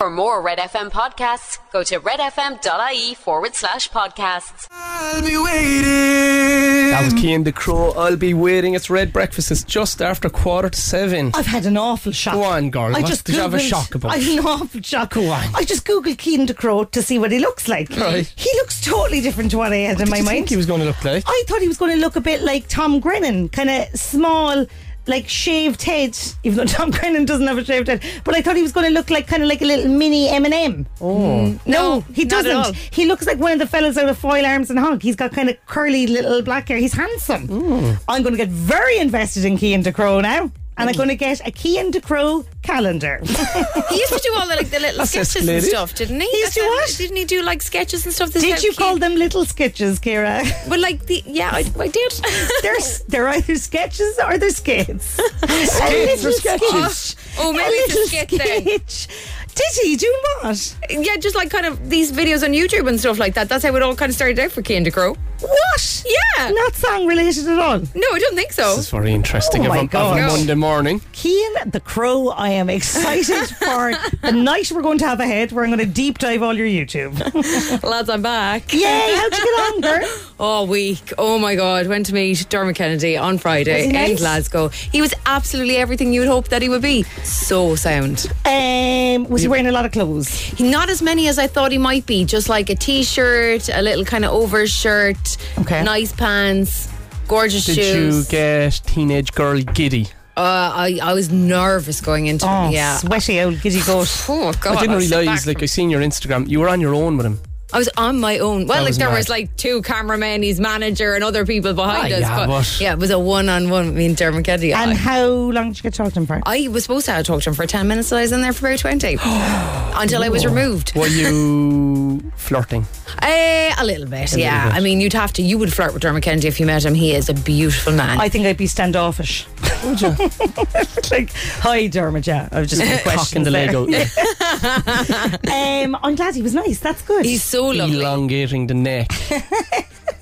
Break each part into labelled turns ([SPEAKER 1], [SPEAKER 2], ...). [SPEAKER 1] For more Red FM podcasts, go to redfm.ie forward slash podcasts.
[SPEAKER 2] I'll be waiting.
[SPEAKER 3] That was
[SPEAKER 4] Um,
[SPEAKER 3] Keane the Crow. I'll be waiting. It's Red Breakfast. It's just after quarter to seven.
[SPEAKER 4] I've had an awful shock.
[SPEAKER 3] Mm. Go on, girl.
[SPEAKER 4] I
[SPEAKER 3] What
[SPEAKER 4] just
[SPEAKER 3] did you have a
[SPEAKER 4] Googled-
[SPEAKER 3] shock about?
[SPEAKER 4] I had an awful shock.
[SPEAKER 3] Go on.
[SPEAKER 4] I just googled Keen de Crow to see what he looks like.
[SPEAKER 3] Right.
[SPEAKER 4] He looks totally different to what I had in
[SPEAKER 3] Did
[SPEAKER 4] my
[SPEAKER 3] you
[SPEAKER 4] mind.
[SPEAKER 3] think he was going to look like?
[SPEAKER 4] I thought he was going to look a bit like Tom Grennan, kind of small, like shaved head. Even though Tom Grennan doesn't have a shaved head, but I thought he was going to look like kind of like a little mini Eminem.
[SPEAKER 3] Oh.
[SPEAKER 4] No,
[SPEAKER 5] No,
[SPEAKER 4] he
[SPEAKER 5] not at all.
[SPEAKER 4] doesn't. He looks like one of the fellas out of Foil Arms and Hog. He's got kind of curly little black hair. He's handsome. I'm going to get very invested in Kean De Crow now. And I'm
[SPEAKER 5] Mm.
[SPEAKER 4] going to get a Kean De Crow calendar.
[SPEAKER 5] He used to do all the like the little
[SPEAKER 3] That's
[SPEAKER 5] sketches and
[SPEAKER 3] escalated.
[SPEAKER 5] stuff, didn't he?
[SPEAKER 4] He used to
[SPEAKER 5] That's-
[SPEAKER 4] what?
[SPEAKER 5] Didn't he do like sketches and stuff? This
[SPEAKER 4] Did
[SPEAKER 5] how
[SPEAKER 4] you
[SPEAKER 5] he-
[SPEAKER 4] call them little sketches, Kira?
[SPEAKER 5] But like the yeah, I, I did.
[SPEAKER 4] they're, s- they're either sketches or they're skits. skits
[SPEAKER 3] or sketches?
[SPEAKER 5] Oh, maybe it's a skit then.
[SPEAKER 4] Did he do what?
[SPEAKER 5] yeah, just like kind of these videos on YouTube and stuff like that. That's how it all kind of started out for Kane to grow.
[SPEAKER 4] What?
[SPEAKER 5] Yeah.
[SPEAKER 4] Not song related at all.
[SPEAKER 5] No, I don't think so.
[SPEAKER 3] This is very interesting.
[SPEAKER 4] Oh
[SPEAKER 3] of,
[SPEAKER 4] my
[SPEAKER 3] a, of a
[SPEAKER 4] God.
[SPEAKER 3] Monday morning.
[SPEAKER 4] Kean the Crow, I am excited for the night we're going to have ahead where I'm going to deep dive all your YouTube.
[SPEAKER 5] Lads, I'm back.
[SPEAKER 4] Yay, how'd you get on, girl?
[SPEAKER 5] All week. Oh my God. Went to meet Dermot Kennedy on Friday
[SPEAKER 4] Was he
[SPEAKER 5] in
[SPEAKER 4] nice?
[SPEAKER 5] Glasgow. He was absolutely everything you would hope that he would be. So sound.
[SPEAKER 4] Um, was he wearing a lot of clothes?
[SPEAKER 5] He- Not as many as I thought he might be. Just like a t shirt, a little kind of overshirt,
[SPEAKER 4] Okay.
[SPEAKER 5] nice pants, gorgeous
[SPEAKER 3] Did you
[SPEAKER 5] shoes.
[SPEAKER 3] get teenage girl giddy?
[SPEAKER 5] uh, I, I was nervous going into
[SPEAKER 4] Oh,
[SPEAKER 5] it. Yeah.
[SPEAKER 4] sweaty old giddy goat.
[SPEAKER 5] Oh God!
[SPEAKER 3] I didn't
[SPEAKER 5] was set
[SPEAKER 3] realise,
[SPEAKER 5] back
[SPEAKER 3] like,
[SPEAKER 5] from-
[SPEAKER 3] I seen your Instagram, you were on your own with him.
[SPEAKER 5] I was on my own. Well,
[SPEAKER 3] That
[SPEAKER 5] like
[SPEAKER 3] was
[SPEAKER 5] there
[SPEAKER 3] mad.
[SPEAKER 5] was like two cameramen, his manager, and other people behind
[SPEAKER 3] Ah,
[SPEAKER 5] us.
[SPEAKER 3] yeah, but-
[SPEAKER 5] yeah, it was a one-on-one with me and Dermot Kennedy.
[SPEAKER 4] And
[SPEAKER 5] I,
[SPEAKER 4] how long did you get talked to him for?
[SPEAKER 5] I was supposed to have talked to him for ten minutes, and I was in there for about twenty until I was removed.
[SPEAKER 3] Were you flirting?
[SPEAKER 5] Eh, a little bit, yeah.
[SPEAKER 3] little bit.
[SPEAKER 5] I mean, you'd have to. You would flirt with Dermot Kennedy if you met him. He is a beautiful man.
[SPEAKER 4] I think I'd be standoffish. like, hi, Dermot, yeah. I was just putting
[SPEAKER 3] Cock in
[SPEAKER 4] questions
[SPEAKER 3] the leg
[SPEAKER 4] there.
[SPEAKER 3] out. there.
[SPEAKER 4] Um, I'm glad he was nice. That's good.
[SPEAKER 5] He's so lovely.
[SPEAKER 3] Elongating the neck.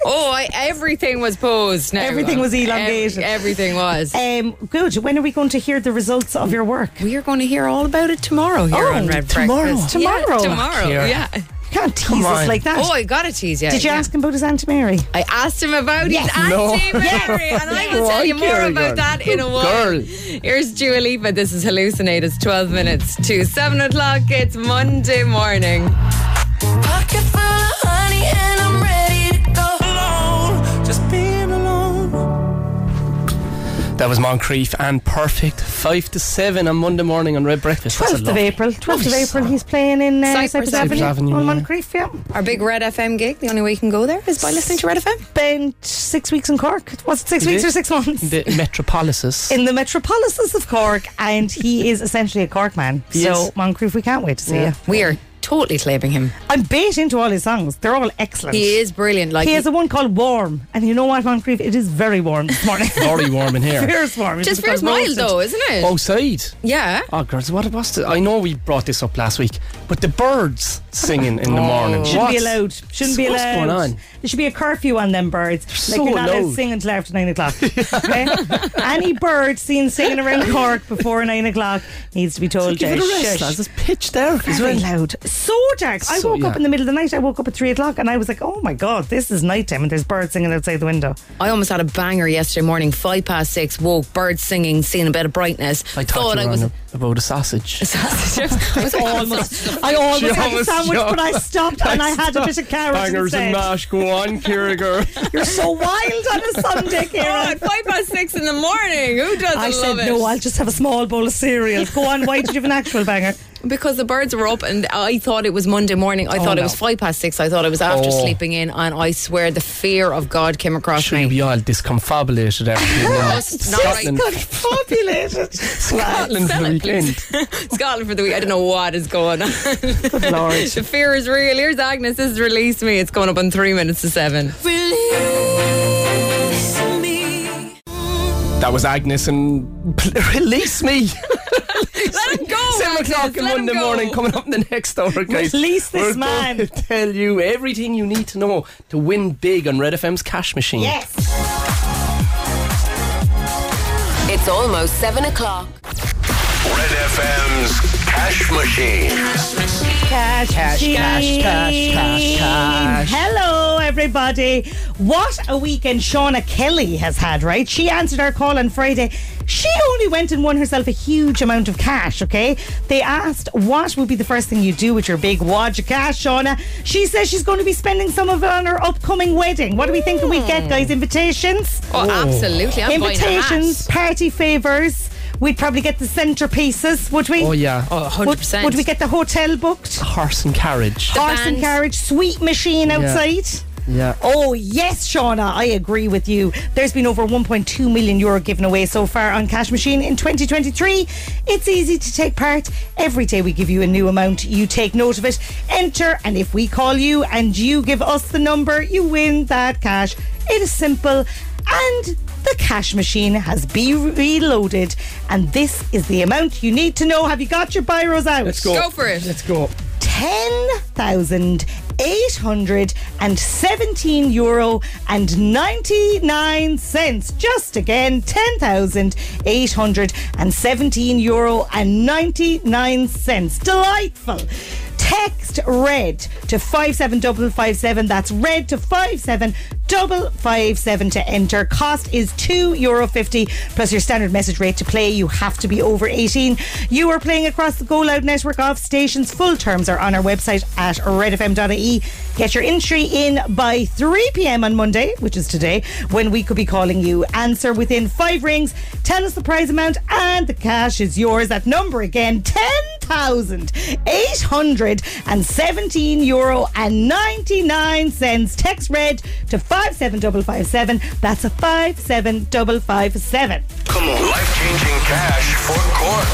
[SPEAKER 5] Oh, I, everything was posed. Now.
[SPEAKER 4] Everything was elongated.
[SPEAKER 5] Ev- everything was.
[SPEAKER 4] um, good. When are we going to hear the results of your work? You
[SPEAKER 5] we are going to hear all about it tomorrow here
[SPEAKER 4] Oh,
[SPEAKER 5] on Red
[SPEAKER 4] tomorrow.
[SPEAKER 5] Breakfast. Yeah,
[SPEAKER 4] Tomorrow.
[SPEAKER 5] tomorrow.
[SPEAKER 3] Here.
[SPEAKER 5] Yeah.
[SPEAKER 4] can't tease us
[SPEAKER 3] on.
[SPEAKER 4] like that.
[SPEAKER 5] Oh, I got a tease. Yeah.
[SPEAKER 4] did you
[SPEAKER 5] yeah.
[SPEAKER 4] ask him about his Aunt Mary?
[SPEAKER 5] I asked him about
[SPEAKER 4] Yes.
[SPEAKER 5] his Auntie Mary, and I will
[SPEAKER 3] Why,
[SPEAKER 5] tell you more
[SPEAKER 3] Karen?
[SPEAKER 5] about that in a while.
[SPEAKER 3] Girl.
[SPEAKER 5] Here's Dua Lipa. This is Hallucinate. It's 12 minutes to 7 o'clock. It's Monday morning.
[SPEAKER 2] Pocket full of honey and I'm ready to go alone. Just being alone.
[SPEAKER 3] That was Moncrief and Perfect. Five to seven on Monday morning on Red Breakfast. That's a
[SPEAKER 4] 12th of
[SPEAKER 3] lovely-
[SPEAKER 4] April. 12th of
[SPEAKER 3] lovely
[SPEAKER 4] April,
[SPEAKER 3] song.
[SPEAKER 4] he's playing in uh,
[SPEAKER 5] Cypress
[SPEAKER 4] Cypress,
[SPEAKER 5] Avenue.
[SPEAKER 4] Avenue,
[SPEAKER 3] Avenue,
[SPEAKER 4] on
[SPEAKER 3] yeah.
[SPEAKER 4] Moncrief, yeah.
[SPEAKER 5] Our big Red FM gig. The only way you can go there is by listening to Red FM.
[SPEAKER 4] Spent six weeks in Cork. Was it six
[SPEAKER 3] He
[SPEAKER 4] weeks
[SPEAKER 3] did.
[SPEAKER 4] or six months?
[SPEAKER 3] The Metropolises.
[SPEAKER 4] in the metropolises of Cork, and he is essentially a Cork man.
[SPEAKER 3] Yes.
[SPEAKER 4] So Moncrief, we can't wait to see
[SPEAKER 3] Yeah.
[SPEAKER 4] you.
[SPEAKER 5] We are totally claiming him.
[SPEAKER 4] I'm bait into all his songs; they're all excellent.
[SPEAKER 5] He is brilliant. Like
[SPEAKER 4] He has a one called "Warm," and you know what, Moncrief? It is very warm this morning.
[SPEAKER 3] Very warm in here.
[SPEAKER 4] Fierce warm. It's
[SPEAKER 5] just
[SPEAKER 4] because
[SPEAKER 5] feels mild
[SPEAKER 4] roasted.
[SPEAKER 5] though, isn't it?
[SPEAKER 3] Outside.
[SPEAKER 5] Yeah.
[SPEAKER 3] Oh, girls, what was the? I know we brought this up last week, but the birds singing in the morning.
[SPEAKER 4] Shouldn't
[SPEAKER 3] What?
[SPEAKER 4] be allowed. Shouldn't be
[SPEAKER 3] what's
[SPEAKER 4] allowed.
[SPEAKER 3] going on?
[SPEAKER 4] There should be a curfew on them birds.
[SPEAKER 3] so
[SPEAKER 4] like you're not
[SPEAKER 3] loud.
[SPEAKER 4] allowed singing till after nine o'clock. okay? Any bird seen singing around Cork before nine o'clock needs to be told.
[SPEAKER 3] Give
[SPEAKER 4] to
[SPEAKER 3] it a rest,
[SPEAKER 4] shush.
[SPEAKER 3] lads. It's pitch dark as
[SPEAKER 4] very
[SPEAKER 3] well.
[SPEAKER 4] loud. So dark. I
[SPEAKER 3] So-
[SPEAKER 4] woke
[SPEAKER 3] yeah.
[SPEAKER 4] up in the middle of the night. I woke up at three o'clock and I was like, oh my God, this is nighttime and there's birds singing outside the window.
[SPEAKER 5] I almost had a banger yesterday morning, five past six, woke, birds singing, seeing a bit of brightness.
[SPEAKER 3] I thought you
[SPEAKER 5] I
[SPEAKER 3] were
[SPEAKER 5] was
[SPEAKER 3] on a, about a sausage.
[SPEAKER 5] I was almost.
[SPEAKER 4] I almost
[SPEAKER 3] She
[SPEAKER 4] had a
[SPEAKER 3] almost
[SPEAKER 4] sandwich,
[SPEAKER 3] jumped.
[SPEAKER 4] but I stopped and I had a bit of carrot
[SPEAKER 3] Bangers
[SPEAKER 4] instead.
[SPEAKER 3] and mash. Go on, Kira, girl.
[SPEAKER 4] You're so wild on a Sunday,
[SPEAKER 5] Oh,
[SPEAKER 4] Karen.
[SPEAKER 5] at five past six in the morning. Who
[SPEAKER 3] Oh,
[SPEAKER 5] doesn't
[SPEAKER 4] I said
[SPEAKER 5] love it?
[SPEAKER 4] no. I'll just have a small bowl of cereal. Go on. Why did you have an actual banger?
[SPEAKER 5] because the birds were up, and I thought it was Monday morning. I thought
[SPEAKER 3] no.
[SPEAKER 5] it was five past six. I thought it was after
[SPEAKER 3] Oh.
[SPEAKER 5] sleeping in, and I swear the fear of God came across
[SPEAKER 3] Sure,
[SPEAKER 5] me.
[SPEAKER 3] you be all disconfabulated after you know,
[SPEAKER 5] Just not right.
[SPEAKER 3] Scotland.
[SPEAKER 4] Got populated.
[SPEAKER 3] Scotland for the weekend.
[SPEAKER 5] Scotland for the week. I don't know what is going on. the fear is real. Here's Agnes. This is release me. It's going up on three minutes to seven.
[SPEAKER 2] Release me.
[SPEAKER 3] That was Agnes and release me.
[SPEAKER 5] Let him go.
[SPEAKER 3] Seven
[SPEAKER 5] Agnes.
[SPEAKER 3] o'clock on
[SPEAKER 5] Let him
[SPEAKER 3] Monday
[SPEAKER 5] go.
[SPEAKER 3] morning coming up in the next hour, guys.
[SPEAKER 4] Release this
[SPEAKER 3] We're
[SPEAKER 4] man.
[SPEAKER 3] Going to tell you everything you need to know to win big on Red FM's cash machine.
[SPEAKER 4] Yes.
[SPEAKER 1] It's almost 7 o'clock.
[SPEAKER 6] Red FM's Cash Machine.
[SPEAKER 4] Cash, cash,
[SPEAKER 3] cash, cash, cash, cash.
[SPEAKER 4] Hello, everybody. What a weekend Shauna Kelly has had, right? She answered our call on Friday. She only went and won herself a huge amount of cash, okay? They asked, what would be the first thing you do with your big wad of cash, Shauna? She says she's going to be spending some of it on her upcoming wedding. What do we think we get,
[SPEAKER 3] Hmm.
[SPEAKER 4] guys? Invitations?
[SPEAKER 5] Oh, absolutely. I'm
[SPEAKER 4] Invitations, party favours. We'd probably get the centrepieces, would we?
[SPEAKER 3] Oh, yeah.
[SPEAKER 5] buying a hat. Oh,
[SPEAKER 4] Would,
[SPEAKER 5] 100%.
[SPEAKER 4] would we get the hotel booked?
[SPEAKER 3] Horse and carriage.
[SPEAKER 5] The
[SPEAKER 4] Horse and
[SPEAKER 5] band.
[SPEAKER 4] carriage, sweet machine outside.
[SPEAKER 3] Yeah.
[SPEAKER 4] Oh, yes, Shauna, I agree with you. There's been over 1.2 million euro given away so far on Cash Machine in 2023. It's easy to take part. Every day we give you a new amount. You take note of it, enter, and if we call you and you give us the number, you win that cash. It is simple. And the cash machine has been reloaded. And this is the amount you need to know. Have you got your biros out? Let's
[SPEAKER 5] Go for it.
[SPEAKER 3] Let's go.
[SPEAKER 4] 10,817 euro and 99 cents. Just again, 10,817 euro and 99 cents. Delightful. Text red to 57557. That's red to 57557 to enter. Cost is €2.50 plus your standard message rate to play. You have to be over 18. You are playing across the Go Loud network of stations. Full terms are on our website at redfm.ie. Get your entry in by 3 p.m. on Monday, which is today, when we could be calling you. Answer within five rings. Tell us the prize amount, and the cash is yours. That number again 10,817 euro and 99 cents. Text red to 57557. That's a 57557.
[SPEAKER 6] Come on. Life changing cash for Cork.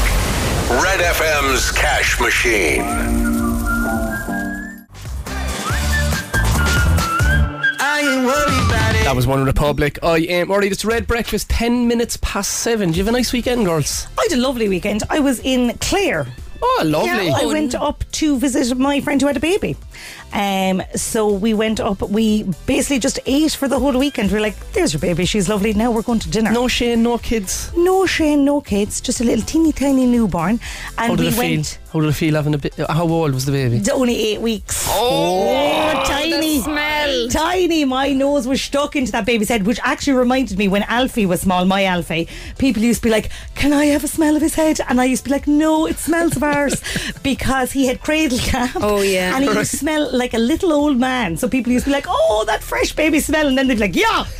[SPEAKER 6] Red FM's Cash Machine.
[SPEAKER 2] I ain't worried about it.
[SPEAKER 3] That was One Republic. I am worried. It's Red Breakfast, 10 minutes past 7. Do you have a nice weekend, girls?
[SPEAKER 4] I had a lovely weekend. I was in Clare.
[SPEAKER 3] Oh, lovely.
[SPEAKER 4] Yeah, I went up to visit my friend who had a baby. Um, so we went up. We basically just ate for the whole weekend. We are like, "There's your baby. She's lovely." Now we're going to dinner.
[SPEAKER 3] No Shane, no kids.
[SPEAKER 4] no Shane, no kids, just a little teeny tiny newborn. And
[SPEAKER 3] How did
[SPEAKER 4] we
[SPEAKER 3] it feel?
[SPEAKER 4] went
[SPEAKER 3] How did it feel having a bit? uh, How old was the baby?
[SPEAKER 4] it's only eight weeks. Oh, tiny.
[SPEAKER 5] smell.
[SPEAKER 4] Tiny, my nose was stuck into that baby's head, which actually reminded me when Alfie was small, my Alfie, people used to be like, Can I have a smell of his head? And I used to be like, No, it smells of ours because he had cradle cap.
[SPEAKER 5] Oh, yeah.
[SPEAKER 4] And he used to smell like a little old man. So people used to be like, Oh, that fresh baby smell. And then they'd be like, Yeah, yeah,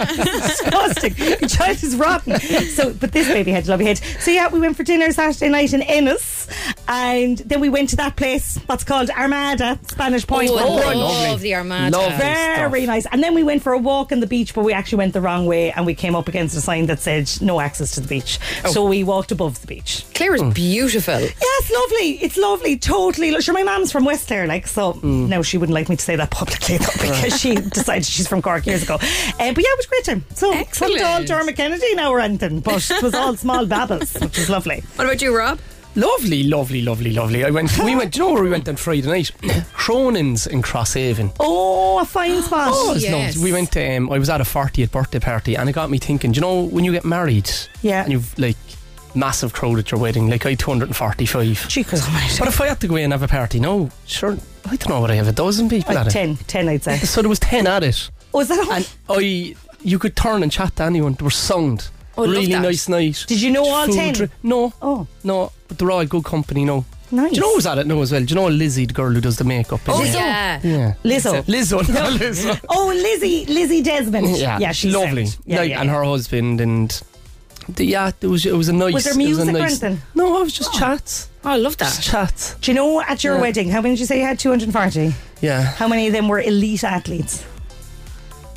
[SPEAKER 4] it's disgusting. Your child is rotten. So, but this baby had a lovely head. So, yeah, we went for dinner Saturday night in Ennis. And then we went to that place, what's called Armada, Spanish Point.
[SPEAKER 5] Oh,
[SPEAKER 4] for
[SPEAKER 5] I
[SPEAKER 4] brunch.
[SPEAKER 5] love the Armada.
[SPEAKER 3] Lovely stuff.
[SPEAKER 4] Very nice. And then we went for a walk on the beach, but we actually went the wrong way and we came up against a sign that said no access to the beach.
[SPEAKER 5] Oh.
[SPEAKER 4] So we walked above the beach.
[SPEAKER 5] Claire is beautiful.
[SPEAKER 4] Yes, lovely. It's lovely. Totally. Look, Sure, my mum's from West Clare, like, so
[SPEAKER 3] Mm.
[SPEAKER 4] no, she wouldn't like me to say that publicly, though, because she decided she's from Cork years ago. Uh, but yeah, it was a great time. So,
[SPEAKER 5] Excellent.
[SPEAKER 4] not all Dermot Kennedy now or anything, but it was all small babbles, which was lovely.
[SPEAKER 5] What about you, Rob?
[SPEAKER 3] Lovely, lovely, lovely, lovely. I went. We went. Do you know where we went on Friday night? Cronin's in Crosshaven.
[SPEAKER 4] Oh, a fine spot.
[SPEAKER 3] Oh, it's
[SPEAKER 5] yes.
[SPEAKER 3] lovely. We went. Um, I was at a 40th birthday party, and it got me thinking. Do you know when you get married?
[SPEAKER 4] Yeah.
[SPEAKER 3] And you've like massive crowd at your wedding. Like I had 245.
[SPEAKER 4] Cheekers almighty.
[SPEAKER 3] But if I had to go in and have a party, no, sure. I don't know what I have a dozen people
[SPEAKER 4] Like
[SPEAKER 3] at
[SPEAKER 4] 10, 10, I'd say.
[SPEAKER 3] it. So there was 10 at it.
[SPEAKER 4] Was that all?
[SPEAKER 3] and I you could turn and chat to anyone. They were sound.
[SPEAKER 5] Oh, love
[SPEAKER 3] really
[SPEAKER 5] that.
[SPEAKER 3] nice night.
[SPEAKER 4] Did you know all
[SPEAKER 3] Food,
[SPEAKER 4] 10?
[SPEAKER 3] dri- no.
[SPEAKER 4] Oh.
[SPEAKER 3] No, but they're all good company, no.
[SPEAKER 4] Nice.
[SPEAKER 3] Do you know who's at it now as well? Do you know Lizzie, the girl who does the makeup?
[SPEAKER 5] Oh,
[SPEAKER 3] is it?
[SPEAKER 5] yeah.
[SPEAKER 3] Yeah.
[SPEAKER 4] Lizzo.
[SPEAKER 3] Lizzo, no, Lizzo.
[SPEAKER 4] Oh, Lizzie, Lizzie Desmond.
[SPEAKER 3] Yeah,
[SPEAKER 4] she's
[SPEAKER 3] lovely.
[SPEAKER 4] sound. Yeah,
[SPEAKER 3] like,
[SPEAKER 4] yeah,
[SPEAKER 3] And
[SPEAKER 4] yeah.
[SPEAKER 3] her husband and the, yeah, it was it was a nice.
[SPEAKER 4] there
[SPEAKER 3] it was a
[SPEAKER 4] music or
[SPEAKER 3] nice-
[SPEAKER 4] anything?
[SPEAKER 3] No, it was just chats,
[SPEAKER 5] Oh, I love
[SPEAKER 3] just
[SPEAKER 5] that.
[SPEAKER 3] chats.
[SPEAKER 4] Do you know at your wedding, how many did you say you had? 240?
[SPEAKER 3] Yeah,
[SPEAKER 4] How many of them were elite athletes?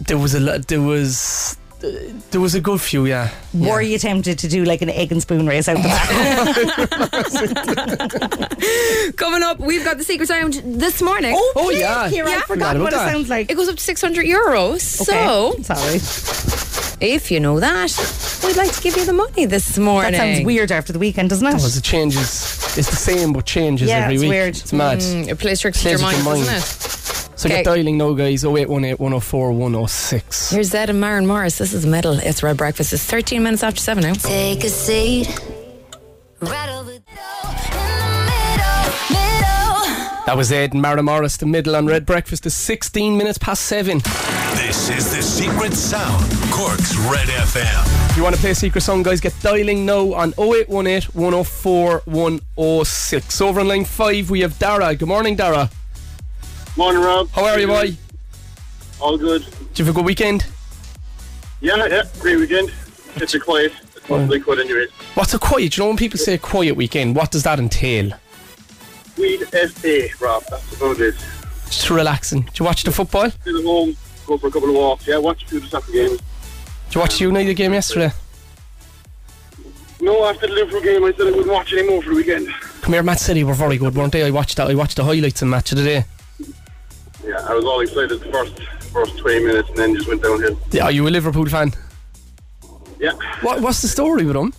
[SPEAKER 3] there was a lot. There was uh, there was a good few. Yeah,
[SPEAKER 4] Were
[SPEAKER 3] Yeah.
[SPEAKER 4] you tempted to do like an egg and spoon race out the back?
[SPEAKER 5] Coming up, we've got the secret sound this morning.
[SPEAKER 3] Oh,
[SPEAKER 4] please,
[SPEAKER 3] yeah.
[SPEAKER 4] Ciara,
[SPEAKER 5] Yeah.
[SPEAKER 4] I forgot
[SPEAKER 3] Forgot
[SPEAKER 4] what it
[SPEAKER 3] about that.
[SPEAKER 4] sounds like.
[SPEAKER 5] It goes up to 600 euros. So,
[SPEAKER 4] Okay, sorry.
[SPEAKER 5] if you know that, we'd like to give you the money this morning.
[SPEAKER 4] That sounds weird after the weekend, doesn't it?
[SPEAKER 3] Well, the changes. It's the same, but changes
[SPEAKER 4] Yeah,
[SPEAKER 3] every
[SPEAKER 4] it's
[SPEAKER 3] week.
[SPEAKER 4] weird.
[SPEAKER 3] It's mad.
[SPEAKER 5] Mm, It plays tricks with your
[SPEAKER 3] Plays with
[SPEAKER 5] mind,
[SPEAKER 3] your mind.
[SPEAKER 5] doesn't it?
[SPEAKER 3] So get
[SPEAKER 5] Okay.
[SPEAKER 3] dialing now, guys. 0818 104 106.
[SPEAKER 5] Here's Zed and Maren Morris. This is Metal. It's Red Breakfast. It's 13 minutes after 7 now.
[SPEAKER 7] Take a seat. Right over there.
[SPEAKER 3] That was Ed and Mara Morris, the middle on Red Breakfast, is 16 minutes past 7. If
[SPEAKER 6] This is the secret sound. Cork's Red FM.
[SPEAKER 3] you want to play Secret Song, guys, get dialing now on 0818 104 106. Over on line 5, we have Dara. Good morning, Dara.
[SPEAKER 7] Morning, Rob.
[SPEAKER 3] How are you, boy? Did
[SPEAKER 7] All good.
[SPEAKER 3] you have a good weekend?
[SPEAKER 7] Yeah, yeah. Great weekend. It's a quiet. It's mostly quiet anyway.
[SPEAKER 3] What's a quiet? You know, when people say a quiet weekend, what does that entail?
[SPEAKER 7] Weed FA, Rob. That's about it.
[SPEAKER 3] Just relaxing. Did you watch the football? Did
[SPEAKER 7] Sit at home, go for a couple of walks. Yeah, watch a few of the soccer games.
[SPEAKER 3] you watch the United game yesterday?
[SPEAKER 7] No, after the Liverpool game, I said I wouldn't watch anymore for the weekend.
[SPEAKER 3] Come here, Man City were very good, weren't they? I watched that. I watched the highlights in match of the day.
[SPEAKER 7] Yeah, I was all excited the first first 20 minutes and then just went downhill.
[SPEAKER 3] Yeah, are you a Liverpool fan?
[SPEAKER 7] Yeah.
[SPEAKER 3] What, what's the story with them?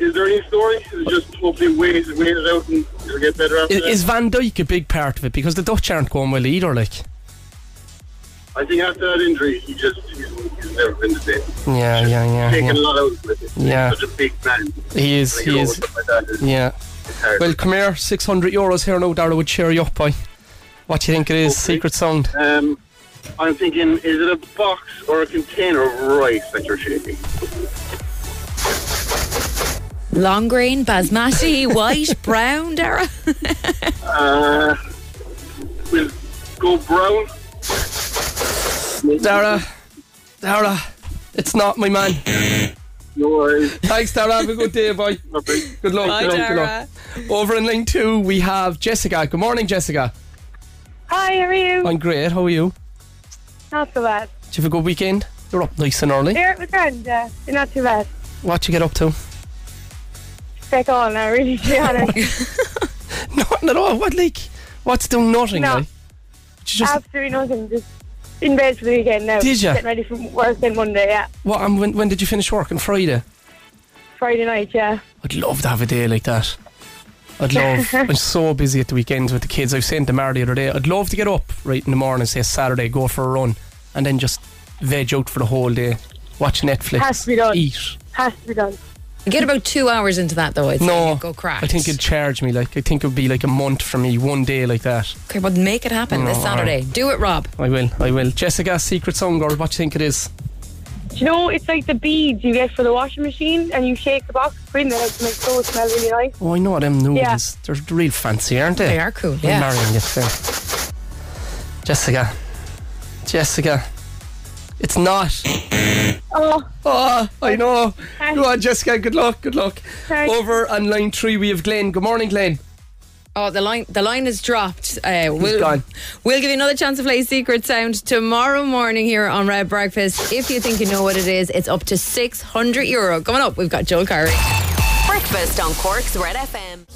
[SPEAKER 7] Is there any story? Is it just hopefully wait, wait it out and it'll get better after
[SPEAKER 3] Is,
[SPEAKER 7] that?
[SPEAKER 3] is Van Dijk a big part of it? Because the Dutch aren't going well either. Like,
[SPEAKER 7] I think after that injury, he just he's, he's never been the same.
[SPEAKER 3] yeah, yeah,
[SPEAKER 7] Taking
[SPEAKER 3] yeah,
[SPEAKER 7] a
[SPEAKER 3] yeah.
[SPEAKER 7] lot out of it. He's
[SPEAKER 3] Yeah.
[SPEAKER 7] Such a big man.
[SPEAKER 3] He is,
[SPEAKER 7] Like,
[SPEAKER 3] he
[SPEAKER 7] you know,
[SPEAKER 3] is.
[SPEAKER 7] stuff like that is-
[SPEAKER 3] Yeah.
[SPEAKER 7] it's hard.
[SPEAKER 3] Well, come here. Six hundred euros here now, Dara would cheer you up, boy. What do you think it is?
[SPEAKER 7] Okay.
[SPEAKER 3] Secret song.
[SPEAKER 7] Um, I'm thinking, is it a box or a container of rice that you're shaking?
[SPEAKER 5] Long green, basmati, white, brown, Dara.
[SPEAKER 7] Uh, we'll go brown.
[SPEAKER 3] Dara, Dara, it's not my man.
[SPEAKER 7] No worries.
[SPEAKER 3] Thanks, Dara. Have a good day, boy.
[SPEAKER 7] Nothing.
[SPEAKER 3] Good luck.
[SPEAKER 5] Bye,
[SPEAKER 3] good luck. Good
[SPEAKER 5] Dara.
[SPEAKER 3] luck. Over in line two, we have Jessica. Good morning, Jessica.
[SPEAKER 8] Hi, how are you?
[SPEAKER 3] I'm great. How are you?
[SPEAKER 8] Not so bad.
[SPEAKER 3] Did you have a good weekend? You're up nice and early.
[SPEAKER 8] Here at the ground, yeah. You're uh, not too bad.
[SPEAKER 3] What you get up to?
[SPEAKER 8] Check on, I really, to be honest.
[SPEAKER 3] Nothing at all. What like? What's doing nothing?
[SPEAKER 8] No. Uh,
[SPEAKER 3] Like? Did you just
[SPEAKER 8] Absolutely nothing. Just in bed for the weekend now.
[SPEAKER 3] Did ya?
[SPEAKER 8] Getting ready for work on Monday, yeah.
[SPEAKER 3] what? And when, when did you finish work on Friday?
[SPEAKER 8] Friday night, yeah.
[SPEAKER 3] I'd love to have a day like that. I'd love. I'm so busy at the weekends with the kids. I was saying to Mar the other day, I'd love to get up right in the morning, say Saturday, go for a run, and then just veg out for the whole day, watch Netflix,
[SPEAKER 8] Has to be done.
[SPEAKER 3] eat.
[SPEAKER 8] Has to be done.
[SPEAKER 5] You get about two hours into that though. It's
[SPEAKER 3] No,
[SPEAKER 5] go cracked.
[SPEAKER 3] I think it'd charge me. Like I think it'd be like a month for me, one day like that.
[SPEAKER 5] Okay, but make it happen this
[SPEAKER 3] No,
[SPEAKER 5] Saturday.
[SPEAKER 3] alright.
[SPEAKER 5] Do it, Rob.
[SPEAKER 3] I will. I will. Jessica, secret song girl. What do you think it is?
[SPEAKER 8] Do you know, it's like the beads you get for the washing machine and you shake the box between them to make clothes smell really nice.
[SPEAKER 3] Oh, I know them noodles. They're real fancy, aren't they?
[SPEAKER 5] They are cool.
[SPEAKER 3] I'm
[SPEAKER 5] Yeah.
[SPEAKER 3] marrying you soon. Jessica. Jessica. It's not.
[SPEAKER 8] Oh,
[SPEAKER 3] Oh, I know.
[SPEAKER 8] Hi.
[SPEAKER 3] Go on, Jessica. Good luck. Good luck.
[SPEAKER 8] Hi.
[SPEAKER 3] Over on line three, we have Glenn. Good morning, Glenn.
[SPEAKER 5] Oh, the line the line is dropped. Uh, we'll,
[SPEAKER 3] gone.
[SPEAKER 5] we'll give you another chance to play Secret Sound tomorrow morning here on Red Breakfast. If you think you know what it is, it's up to 600 euro. Coming up, we've got Joel Curry.
[SPEAKER 1] Breakfast on Cork's Red FM.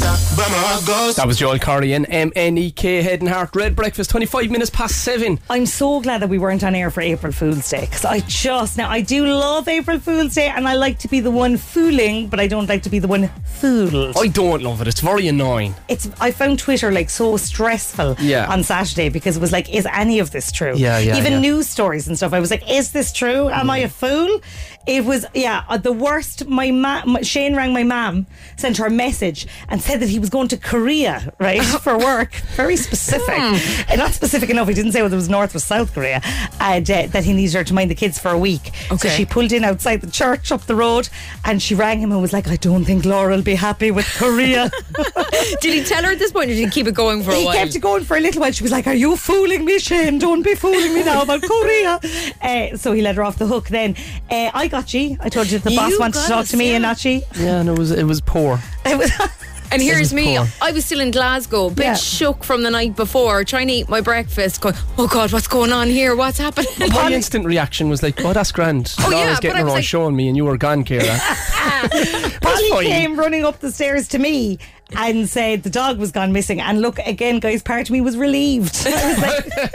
[SPEAKER 3] That was Joel Corey and MNEK E Head and Heart Red Breakfast, 25 minutes past seven.
[SPEAKER 4] I'm so glad that we weren't on air for April Fool's Day because I just now I do love April Fool's Day and I like to be the one fooling, but I don't like to be the one fooled.
[SPEAKER 3] I don't love it. It's very annoying.
[SPEAKER 4] It's I found Twitter like so stressful
[SPEAKER 3] Yeah.
[SPEAKER 4] on Saturday because it was like, is any of this true?
[SPEAKER 3] Yeah, yeah,
[SPEAKER 4] Even
[SPEAKER 3] yeah. Mm.
[SPEAKER 4] news stories and stuff. I was like, is this true? Am I a fool? It was yeah uh, the worst. My ma- my- Shane rang my mum, sent her a message, and said that he was going to Korea right for work. Very specific,
[SPEAKER 3] Hmm.
[SPEAKER 4] Uh, not specific enough. He didn't say whether it was North or South Korea, and uh, that he needed her to mind the kids for a week. So
[SPEAKER 5] Okay.
[SPEAKER 4] she pulled in outside the church up the road, and she rang him and was like, I don't think Laura will be happy with Korea.
[SPEAKER 5] Did he tell her at this point or did he keep it going for a
[SPEAKER 4] he
[SPEAKER 5] while?
[SPEAKER 4] kept it going for a little while. She was like, "Are you fooling me, Shane? Don't be fooling me now about Korea." Uh, so he let her off the hook. Then uh, I got she. I told you the
[SPEAKER 5] You
[SPEAKER 4] boss wanted to
[SPEAKER 5] got
[SPEAKER 4] talk
[SPEAKER 5] us,
[SPEAKER 4] to me,
[SPEAKER 5] yeah.
[SPEAKER 4] and not she.
[SPEAKER 3] Yeah, and it was it was poor.
[SPEAKER 4] It was
[SPEAKER 5] and here's me.
[SPEAKER 3] poor.
[SPEAKER 5] I was still in Glasgow, a bit
[SPEAKER 4] Yeah.
[SPEAKER 5] shook from the night before, trying to eat my breakfast, going, oh God, what's going on here? What's happening?
[SPEAKER 3] My instant reaction was like, "Oh, that's grand."
[SPEAKER 5] Oh, yeah,
[SPEAKER 3] Laura's
[SPEAKER 5] but I
[SPEAKER 3] getting her
[SPEAKER 5] was
[SPEAKER 3] on
[SPEAKER 5] like-
[SPEAKER 3] showing me, and you were gone, Kira.
[SPEAKER 4] Polly
[SPEAKER 3] fine.
[SPEAKER 4] came running up the stairs to me and said the dog was gone missing. And look again, guys, part of me was relieved. I was like,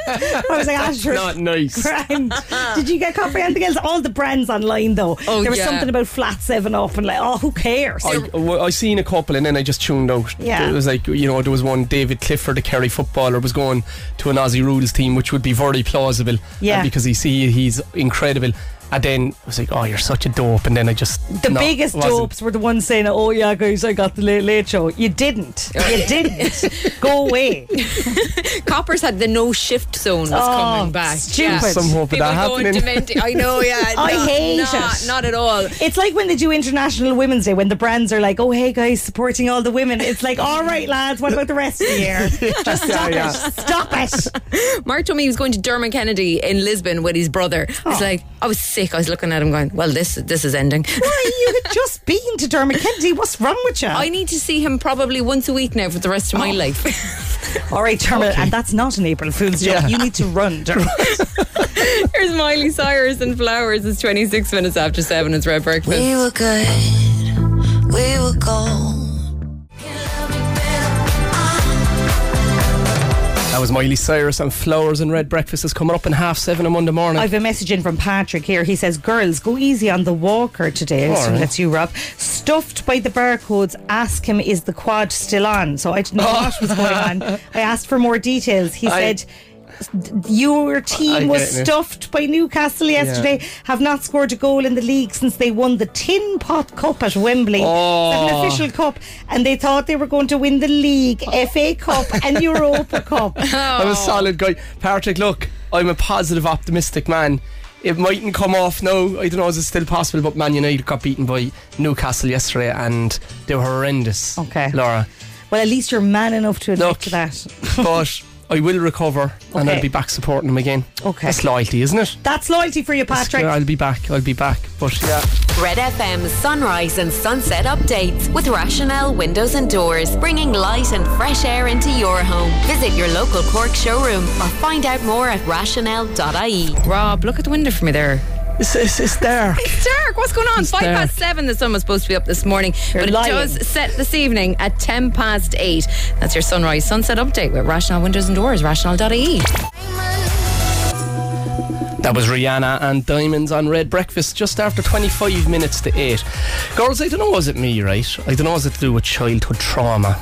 [SPEAKER 4] I was like, "Ah, sure."
[SPEAKER 3] Not nice.
[SPEAKER 4] brand. Did you get coffee? Anything else? All the brands online though.
[SPEAKER 5] Oh,
[SPEAKER 4] there was
[SPEAKER 5] yeah.
[SPEAKER 4] something about flat seven up and like, oh, who cares?
[SPEAKER 3] I, oh, well, I seen a couple and then I just tuned out.
[SPEAKER 4] Yeah.
[SPEAKER 3] It was like, you know, there was one David Clifford, the Kerry footballer, was going to an Aussie rules team, which would be very plausible.
[SPEAKER 4] Yeah.
[SPEAKER 3] uh, because he see he's incredible. And then I was like, oh, you're such a dope. And then I just.
[SPEAKER 4] The
[SPEAKER 3] no,
[SPEAKER 4] biggest
[SPEAKER 3] wasn't.
[SPEAKER 4] dopes were the ones saying, "Oh yeah, guys, I got the late late show." You didn't. You didn't. Go away.
[SPEAKER 5] Coppers had the no shift zone was
[SPEAKER 4] Oh,
[SPEAKER 5] coming back.
[SPEAKER 4] stupid.
[SPEAKER 3] Some hope of
[SPEAKER 5] People
[SPEAKER 3] that
[SPEAKER 5] going
[SPEAKER 3] happening.
[SPEAKER 5] demented. I know, yeah.
[SPEAKER 4] I
[SPEAKER 5] not-
[SPEAKER 4] hate
[SPEAKER 5] not,
[SPEAKER 4] it.
[SPEAKER 5] Not at all.
[SPEAKER 4] It's like when they do International Women's Day, when the brands are like, "Oh hey guys, supporting all the women." It's like, "All right, lads, what about the rest of the year? Just
[SPEAKER 3] Yeah,
[SPEAKER 4] stop
[SPEAKER 3] yeah.
[SPEAKER 4] it. Stop it."
[SPEAKER 5] Mark told me he was going to Dermot Kennedy in Lisbon with his brother.
[SPEAKER 4] Oh.
[SPEAKER 5] It's like I was sick. I was looking at him going, "Well, this this is ending."
[SPEAKER 4] Why you had just been to Dermot Kennedy? What's wrong with you?
[SPEAKER 5] I need to see him probably once a week now for the rest of my
[SPEAKER 4] Oh.
[SPEAKER 5] life.
[SPEAKER 4] all right, Dermot, and that's not an April Fool's joke.
[SPEAKER 3] Yeah.
[SPEAKER 4] You need to run, Dermot.
[SPEAKER 5] Here's Miley Cyrus and Flowers. It's 26 minutes after 7. It's Red Breakfast.
[SPEAKER 2] We were good, we were gold.
[SPEAKER 3] That was Miley Cyrus and Flowers and Red Breakfast is coming up in half seven on Monday morning.
[SPEAKER 4] I've a message in from Patrick here. He says, "Girls, go easy on the walker today."
[SPEAKER 3] All
[SPEAKER 4] So
[SPEAKER 3] right.
[SPEAKER 4] that's you, Rob. Stuffed by the barcodes. Ask him, is the quad still on? So I didn't know what was going on. I asked for more details. He
[SPEAKER 3] Oh. I-
[SPEAKER 4] said. Your team
[SPEAKER 3] I
[SPEAKER 4] was
[SPEAKER 3] get it.
[SPEAKER 4] stuffed by Newcastle yesterday. Have not scored a goal in the league since they won the Tin Pot Cup at Wembley. It's
[SPEAKER 3] Oh.
[SPEAKER 4] an official cup, and they thought they were going to win the league, FA Cup, and Europa Cup.
[SPEAKER 3] I'm
[SPEAKER 4] Oh.
[SPEAKER 3] a solid guy. Patrick, look, I'm a positive, optimistic man. It mightn't come off now. I don't know, is it still possible? But Man United got beaten by Newcastle yesterday and they were horrendous.
[SPEAKER 4] Okay.
[SPEAKER 3] Laura.
[SPEAKER 4] Well, at least you're man enough to admit
[SPEAKER 3] Look.
[SPEAKER 4] to that.
[SPEAKER 3] But I will recover and
[SPEAKER 4] Okay.
[SPEAKER 3] I'll be back supporting them again.
[SPEAKER 4] Okay.
[SPEAKER 3] That's loyalty, isn't it?
[SPEAKER 4] That's loyalty for you, Patrick.
[SPEAKER 3] I'll be back. I'll be back. But yeah.
[SPEAKER 1] Red FM's sunrise and sunset updates with Rationale Windows and Doors, bringing light and fresh air into your home. Visit your local Cork showroom or find out more at rationale.ie.
[SPEAKER 5] Rob, look at the window for me there.
[SPEAKER 3] It's, it's, it's dark.
[SPEAKER 5] It's dark. What's going on? Five
[SPEAKER 3] dark.
[SPEAKER 5] past seven. The sun was supposed to be up this morning,
[SPEAKER 4] You're
[SPEAKER 5] but it
[SPEAKER 4] lying.
[SPEAKER 5] does set this evening at ten past eight. That's your sunrise sunset update with Rational E. Windows and Doors. Rational.ie.
[SPEAKER 3] That was Rihanna and Diamonds on Red Breakfast just after 25 minutes to 8. Girls, I don't know, was it me, right? I don't know, was it to do with childhood trauma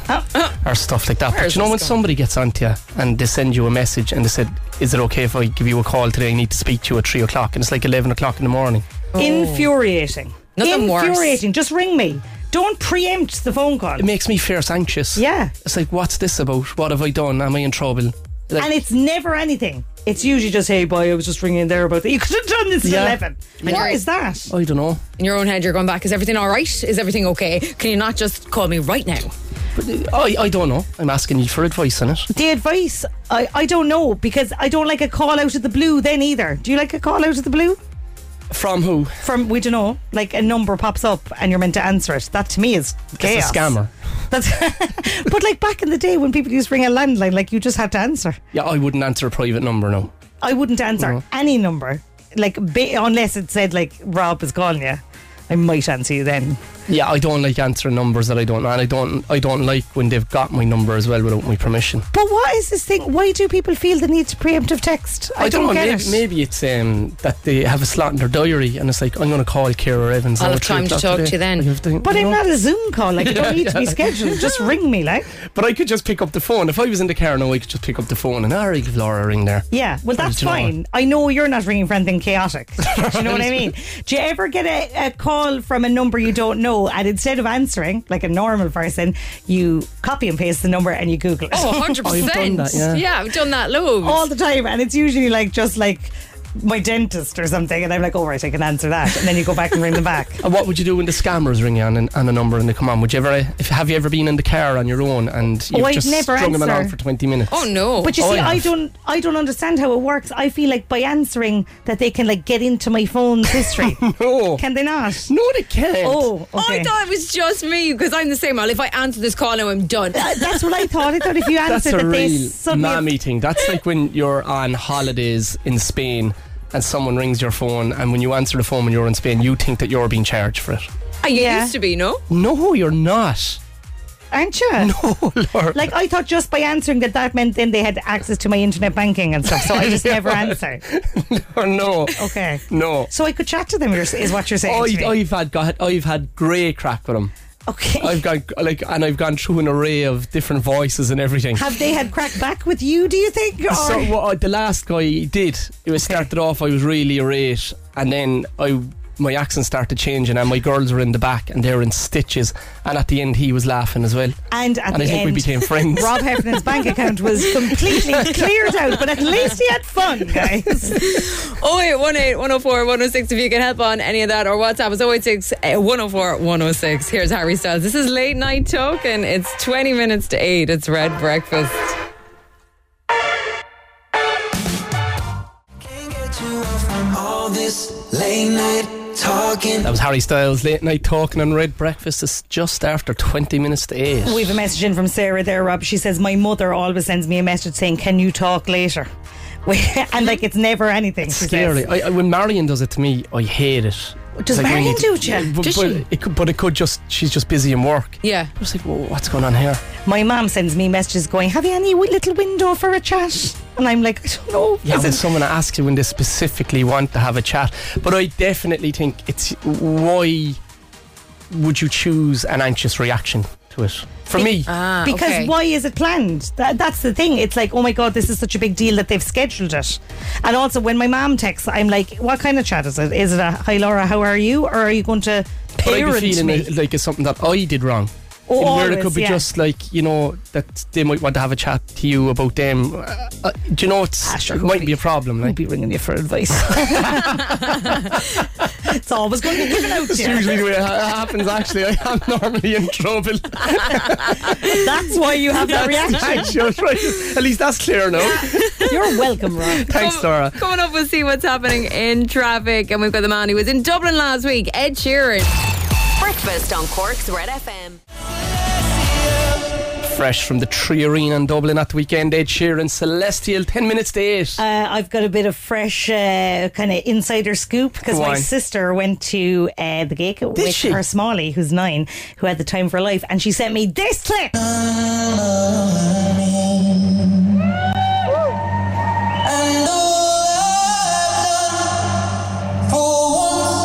[SPEAKER 3] or stuff like that?
[SPEAKER 5] Where's
[SPEAKER 3] But you know, when
[SPEAKER 5] this going?
[SPEAKER 3] somebody gets onto you and they send you a message and they said, Is it okay if I give you a call today? I need to speak to you at 3 o'clock. And it's like 11 o'clock in the morning.
[SPEAKER 4] Infuriating.
[SPEAKER 5] Nothing worse.
[SPEAKER 4] Infuriating. Just ring me. Don't preempt the phone call.
[SPEAKER 3] It makes me fierce anxious.
[SPEAKER 4] Yeah.
[SPEAKER 3] It's like, What's this about? What have I done? Am I in trouble? Like,
[SPEAKER 4] And it's never anything. It's usually just, hey, boy, I was just ringing there about that. You could have done this at
[SPEAKER 3] Yeah.
[SPEAKER 4] 11. What is that?
[SPEAKER 3] I don't know.
[SPEAKER 5] In your own head, you're going back. Is everything all right? Is everything okay? Can you not just call me right now?
[SPEAKER 3] uh, I, I don't know. I'm asking you for advice on it.
[SPEAKER 4] The advice, I, I don't know because I don't like a call out of the blue then either. Do you like a call out of the blue?
[SPEAKER 3] From who?
[SPEAKER 4] From, we don't know, like a number pops up and you're meant to answer it. That to me is chaos.
[SPEAKER 3] It's a scammer.
[SPEAKER 4] That's, but like back in the day when people used to ring a landline, like you just had to answer.
[SPEAKER 3] Yeah, I wouldn't answer a private number, no.
[SPEAKER 4] I wouldn't answer
[SPEAKER 3] Mm-hmm.
[SPEAKER 4] any number, like ba- unless it said like Rob is calling you. I might answer you then.
[SPEAKER 3] Yeah, I don't like answering numbers that I don't know, and I don't I don't like when they've got my number as well without my permission.
[SPEAKER 4] But what is this thing? Why do people feel the need to preemptive text? I, don't,
[SPEAKER 3] know.
[SPEAKER 4] get
[SPEAKER 3] Maybe,
[SPEAKER 4] it.
[SPEAKER 3] maybe it's um, that they have a slot in their diary, and it's like I'm going to call Kira Evans.
[SPEAKER 5] I'll
[SPEAKER 3] now
[SPEAKER 5] have
[SPEAKER 3] at three
[SPEAKER 5] time to
[SPEAKER 3] o'clock
[SPEAKER 5] talk to
[SPEAKER 3] today."
[SPEAKER 5] you then.
[SPEAKER 3] Like, if they-
[SPEAKER 4] But
[SPEAKER 3] you
[SPEAKER 4] I'm
[SPEAKER 3] know?
[SPEAKER 4] not a Zoom call. Like I don't need to be scheduled. Just ring me, like.
[SPEAKER 3] But I could just pick up the phone if I was in the car. No, I could just pick up the phone and alright, give Laura a ring there.
[SPEAKER 4] Yeah, well,
[SPEAKER 3] Or
[SPEAKER 4] that's
[SPEAKER 3] do you know
[SPEAKER 4] fine. I know you're not ringing for anything chaotic. Do you know what I mean? Do you ever get a, a call from a number you don't know, and instead of answering like a normal person, you copy and paste the number and you Google it?
[SPEAKER 5] Oh, 100%.
[SPEAKER 3] I've done that, yeah.
[SPEAKER 5] I've done that loads.
[SPEAKER 4] all the time, and it's usually like just like my dentist or something, and I'm like, oh right, I can answer that, and then you go back and ring them back.
[SPEAKER 3] And what would you do when the scammers ring you on, and, on a number and they come on? Would you ever? If, have you ever been in the car on your own and you've
[SPEAKER 4] Oh, I'd
[SPEAKER 3] just
[SPEAKER 4] never
[SPEAKER 3] strung them along
[SPEAKER 4] answer.
[SPEAKER 3] for twenty minutes?
[SPEAKER 5] oh, no.
[SPEAKER 4] But you
[SPEAKER 3] Oh,
[SPEAKER 4] see,
[SPEAKER 3] yeah.
[SPEAKER 4] I don't, I don't understand how it works. I feel like by answering that they can like get into my phone's history.
[SPEAKER 3] no,
[SPEAKER 4] can they not?
[SPEAKER 3] Oh, no, they can't.
[SPEAKER 4] Oh,
[SPEAKER 5] Oh,
[SPEAKER 4] okay.
[SPEAKER 5] I thought it was just me because I'm the same. Well, if I answer this call now, I'm done.
[SPEAKER 4] Uh, That's what I thought. I thought if you
[SPEAKER 3] That's
[SPEAKER 4] answered
[SPEAKER 3] a
[SPEAKER 4] that they
[SPEAKER 3] real
[SPEAKER 4] suddenly
[SPEAKER 3] mammy thing. That's like when you're on holidays in Spain and someone rings your phone, and when you answer the phone when you're in Spain, you think that you're being charged for it.
[SPEAKER 5] I
[SPEAKER 4] Yeah.
[SPEAKER 5] used to be, no?
[SPEAKER 3] No, you're not.
[SPEAKER 4] aren't you?
[SPEAKER 3] Oh, Lord.
[SPEAKER 4] Like I thought, just by answering that, that meant then they had access to my internet banking and stuff. So I just never answer.
[SPEAKER 3] Or no.
[SPEAKER 4] Okay.
[SPEAKER 3] No.
[SPEAKER 4] So I could chat to them. is- Is what you're saying?
[SPEAKER 3] I,
[SPEAKER 4] to me.
[SPEAKER 3] I've had got, I've had great crack with them.
[SPEAKER 4] Okay.
[SPEAKER 3] I've gone like, and I've gone through an array of different voices and everything.
[SPEAKER 4] Have they had crack back with you, do you think? Or
[SPEAKER 3] So what I, the last guy he did, it was started off. I was really irate, and then I my accent started changing, and my girls were in the back, and they were in stitches. And at the end, he was laughing as well,
[SPEAKER 4] and at
[SPEAKER 3] and
[SPEAKER 4] the
[SPEAKER 3] I think
[SPEAKER 4] end,
[SPEAKER 3] we became friends.
[SPEAKER 4] Rob Heffernan's bank account was completely cleared out, but at least he had fun, guys.
[SPEAKER 5] Oh, 0818 104 106 if you can help on any of that or WhatsApp is 086 eh, 104 106. Here's Harry Styles. This is Late Night Talk and it's 20 minutes to 8. It's Red Breakfast.
[SPEAKER 2] Can't get you off from all this late night talking.
[SPEAKER 3] that was Harry Styles late night talking on Red Breakfast. It's just after twenty minutes to eight.
[SPEAKER 4] We have a message in from Sarah there, Rob. She says, My mother always sends me a message saying, Can you talk later? and like it's never anything. she says.
[SPEAKER 3] Scary. I, I, when Marion does it to me, I hate it. It's
[SPEAKER 4] Does
[SPEAKER 3] we
[SPEAKER 4] Marion
[SPEAKER 3] need-
[SPEAKER 4] do it, yeah?
[SPEAKER 3] But,
[SPEAKER 5] Does
[SPEAKER 3] but
[SPEAKER 5] she?
[SPEAKER 3] it could, but it could just she's just busy in work.
[SPEAKER 5] Yeah.
[SPEAKER 3] I was like, Whoa, what's going on here?
[SPEAKER 4] My mom sends me messages going, Have you any wee- little window for a chat? And I'm like, I don't know.
[SPEAKER 3] Yeah,
[SPEAKER 4] Is
[SPEAKER 3] when
[SPEAKER 4] it-
[SPEAKER 3] someone asks you when they specifically want to have a chat. But I definitely think it's why would you choose an anxious reaction to it? For me,
[SPEAKER 5] Ah,
[SPEAKER 4] because
[SPEAKER 5] okay.
[SPEAKER 4] why is it planned? That, that's the thing. It's like, oh my god, this is such a big deal that they've scheduled it. And also, when my mom texts, I'm like, what kind of chat is it? Is it a hi Laura, how are you, or are you going to
[SPEAKER 3] but I'd be
[SPEAKER 4] parent
[SPEAKER 3] feeling
[SPEAKER 4] me?
[SPEAKER 3] it like it's something that I did wrong.
[SPEAKER 4] Oh,
[SPEAKER 3] And where it
[SPEAKER 4] always,
[SPEAKER 3] could be
[SPEAKER 4] yeah.
[SPEAKER 3] just like you know that they might want to have a chat to you about them. Uh, uh, do you know it's,
[SPEAKER 4] Ah, sure,
[SPEAKER 3] it
[SPEAKER 4] who'd
[SPEAKER 3] might
[SPEAKER 4] be-
[SPEAKER 3] be a problem?
[SPEAKER 4] I'll
[SPEAKER 3] Like
[SPEAKER 4] be ringing you for advice. it's always going to be given out.
[SPEAKER 3] It's
[SPEAKER 4] Here.
[SPEAKER 3] usually the way it ha- happens. Actually, I am normally in trouble.
[SPEAKER 4] That's why you have that reaction.
[SPEAKER 3] Thanks, you're right. At least that's clear now.
[SPEAKER 4] You're welcome, Rob.
[SPEAKER 3] Thanks, Laura.
[SPEAKER 5] Coming up, we'll see what's happening in traffic. And we've got the man who was in Dublin last week, Ed Sheeran.
[SPEAKER 1] Breakfast on Cork's Red FM.
[SPEAKER 3] Fresh from the Tree Arena in Dublin at the weekend, Ed Sheeran, Celestial, 10 minutes to 8.
[SPEAKER 4] Uh, I've got a bit of fresh uh, kind of insider scoop because
[SPEAKER 3] Go
[SPEAKER 4] my
[SPEAKER 3] on.
[SPEAKER 4] sister went to uh, the gig with
[SPEAKER 3] she?
[SPEAKER 4] her Smalley, who's nine, who had the time for her life, and she sent me this clip.
[SPEAKER 2] And all I've done for once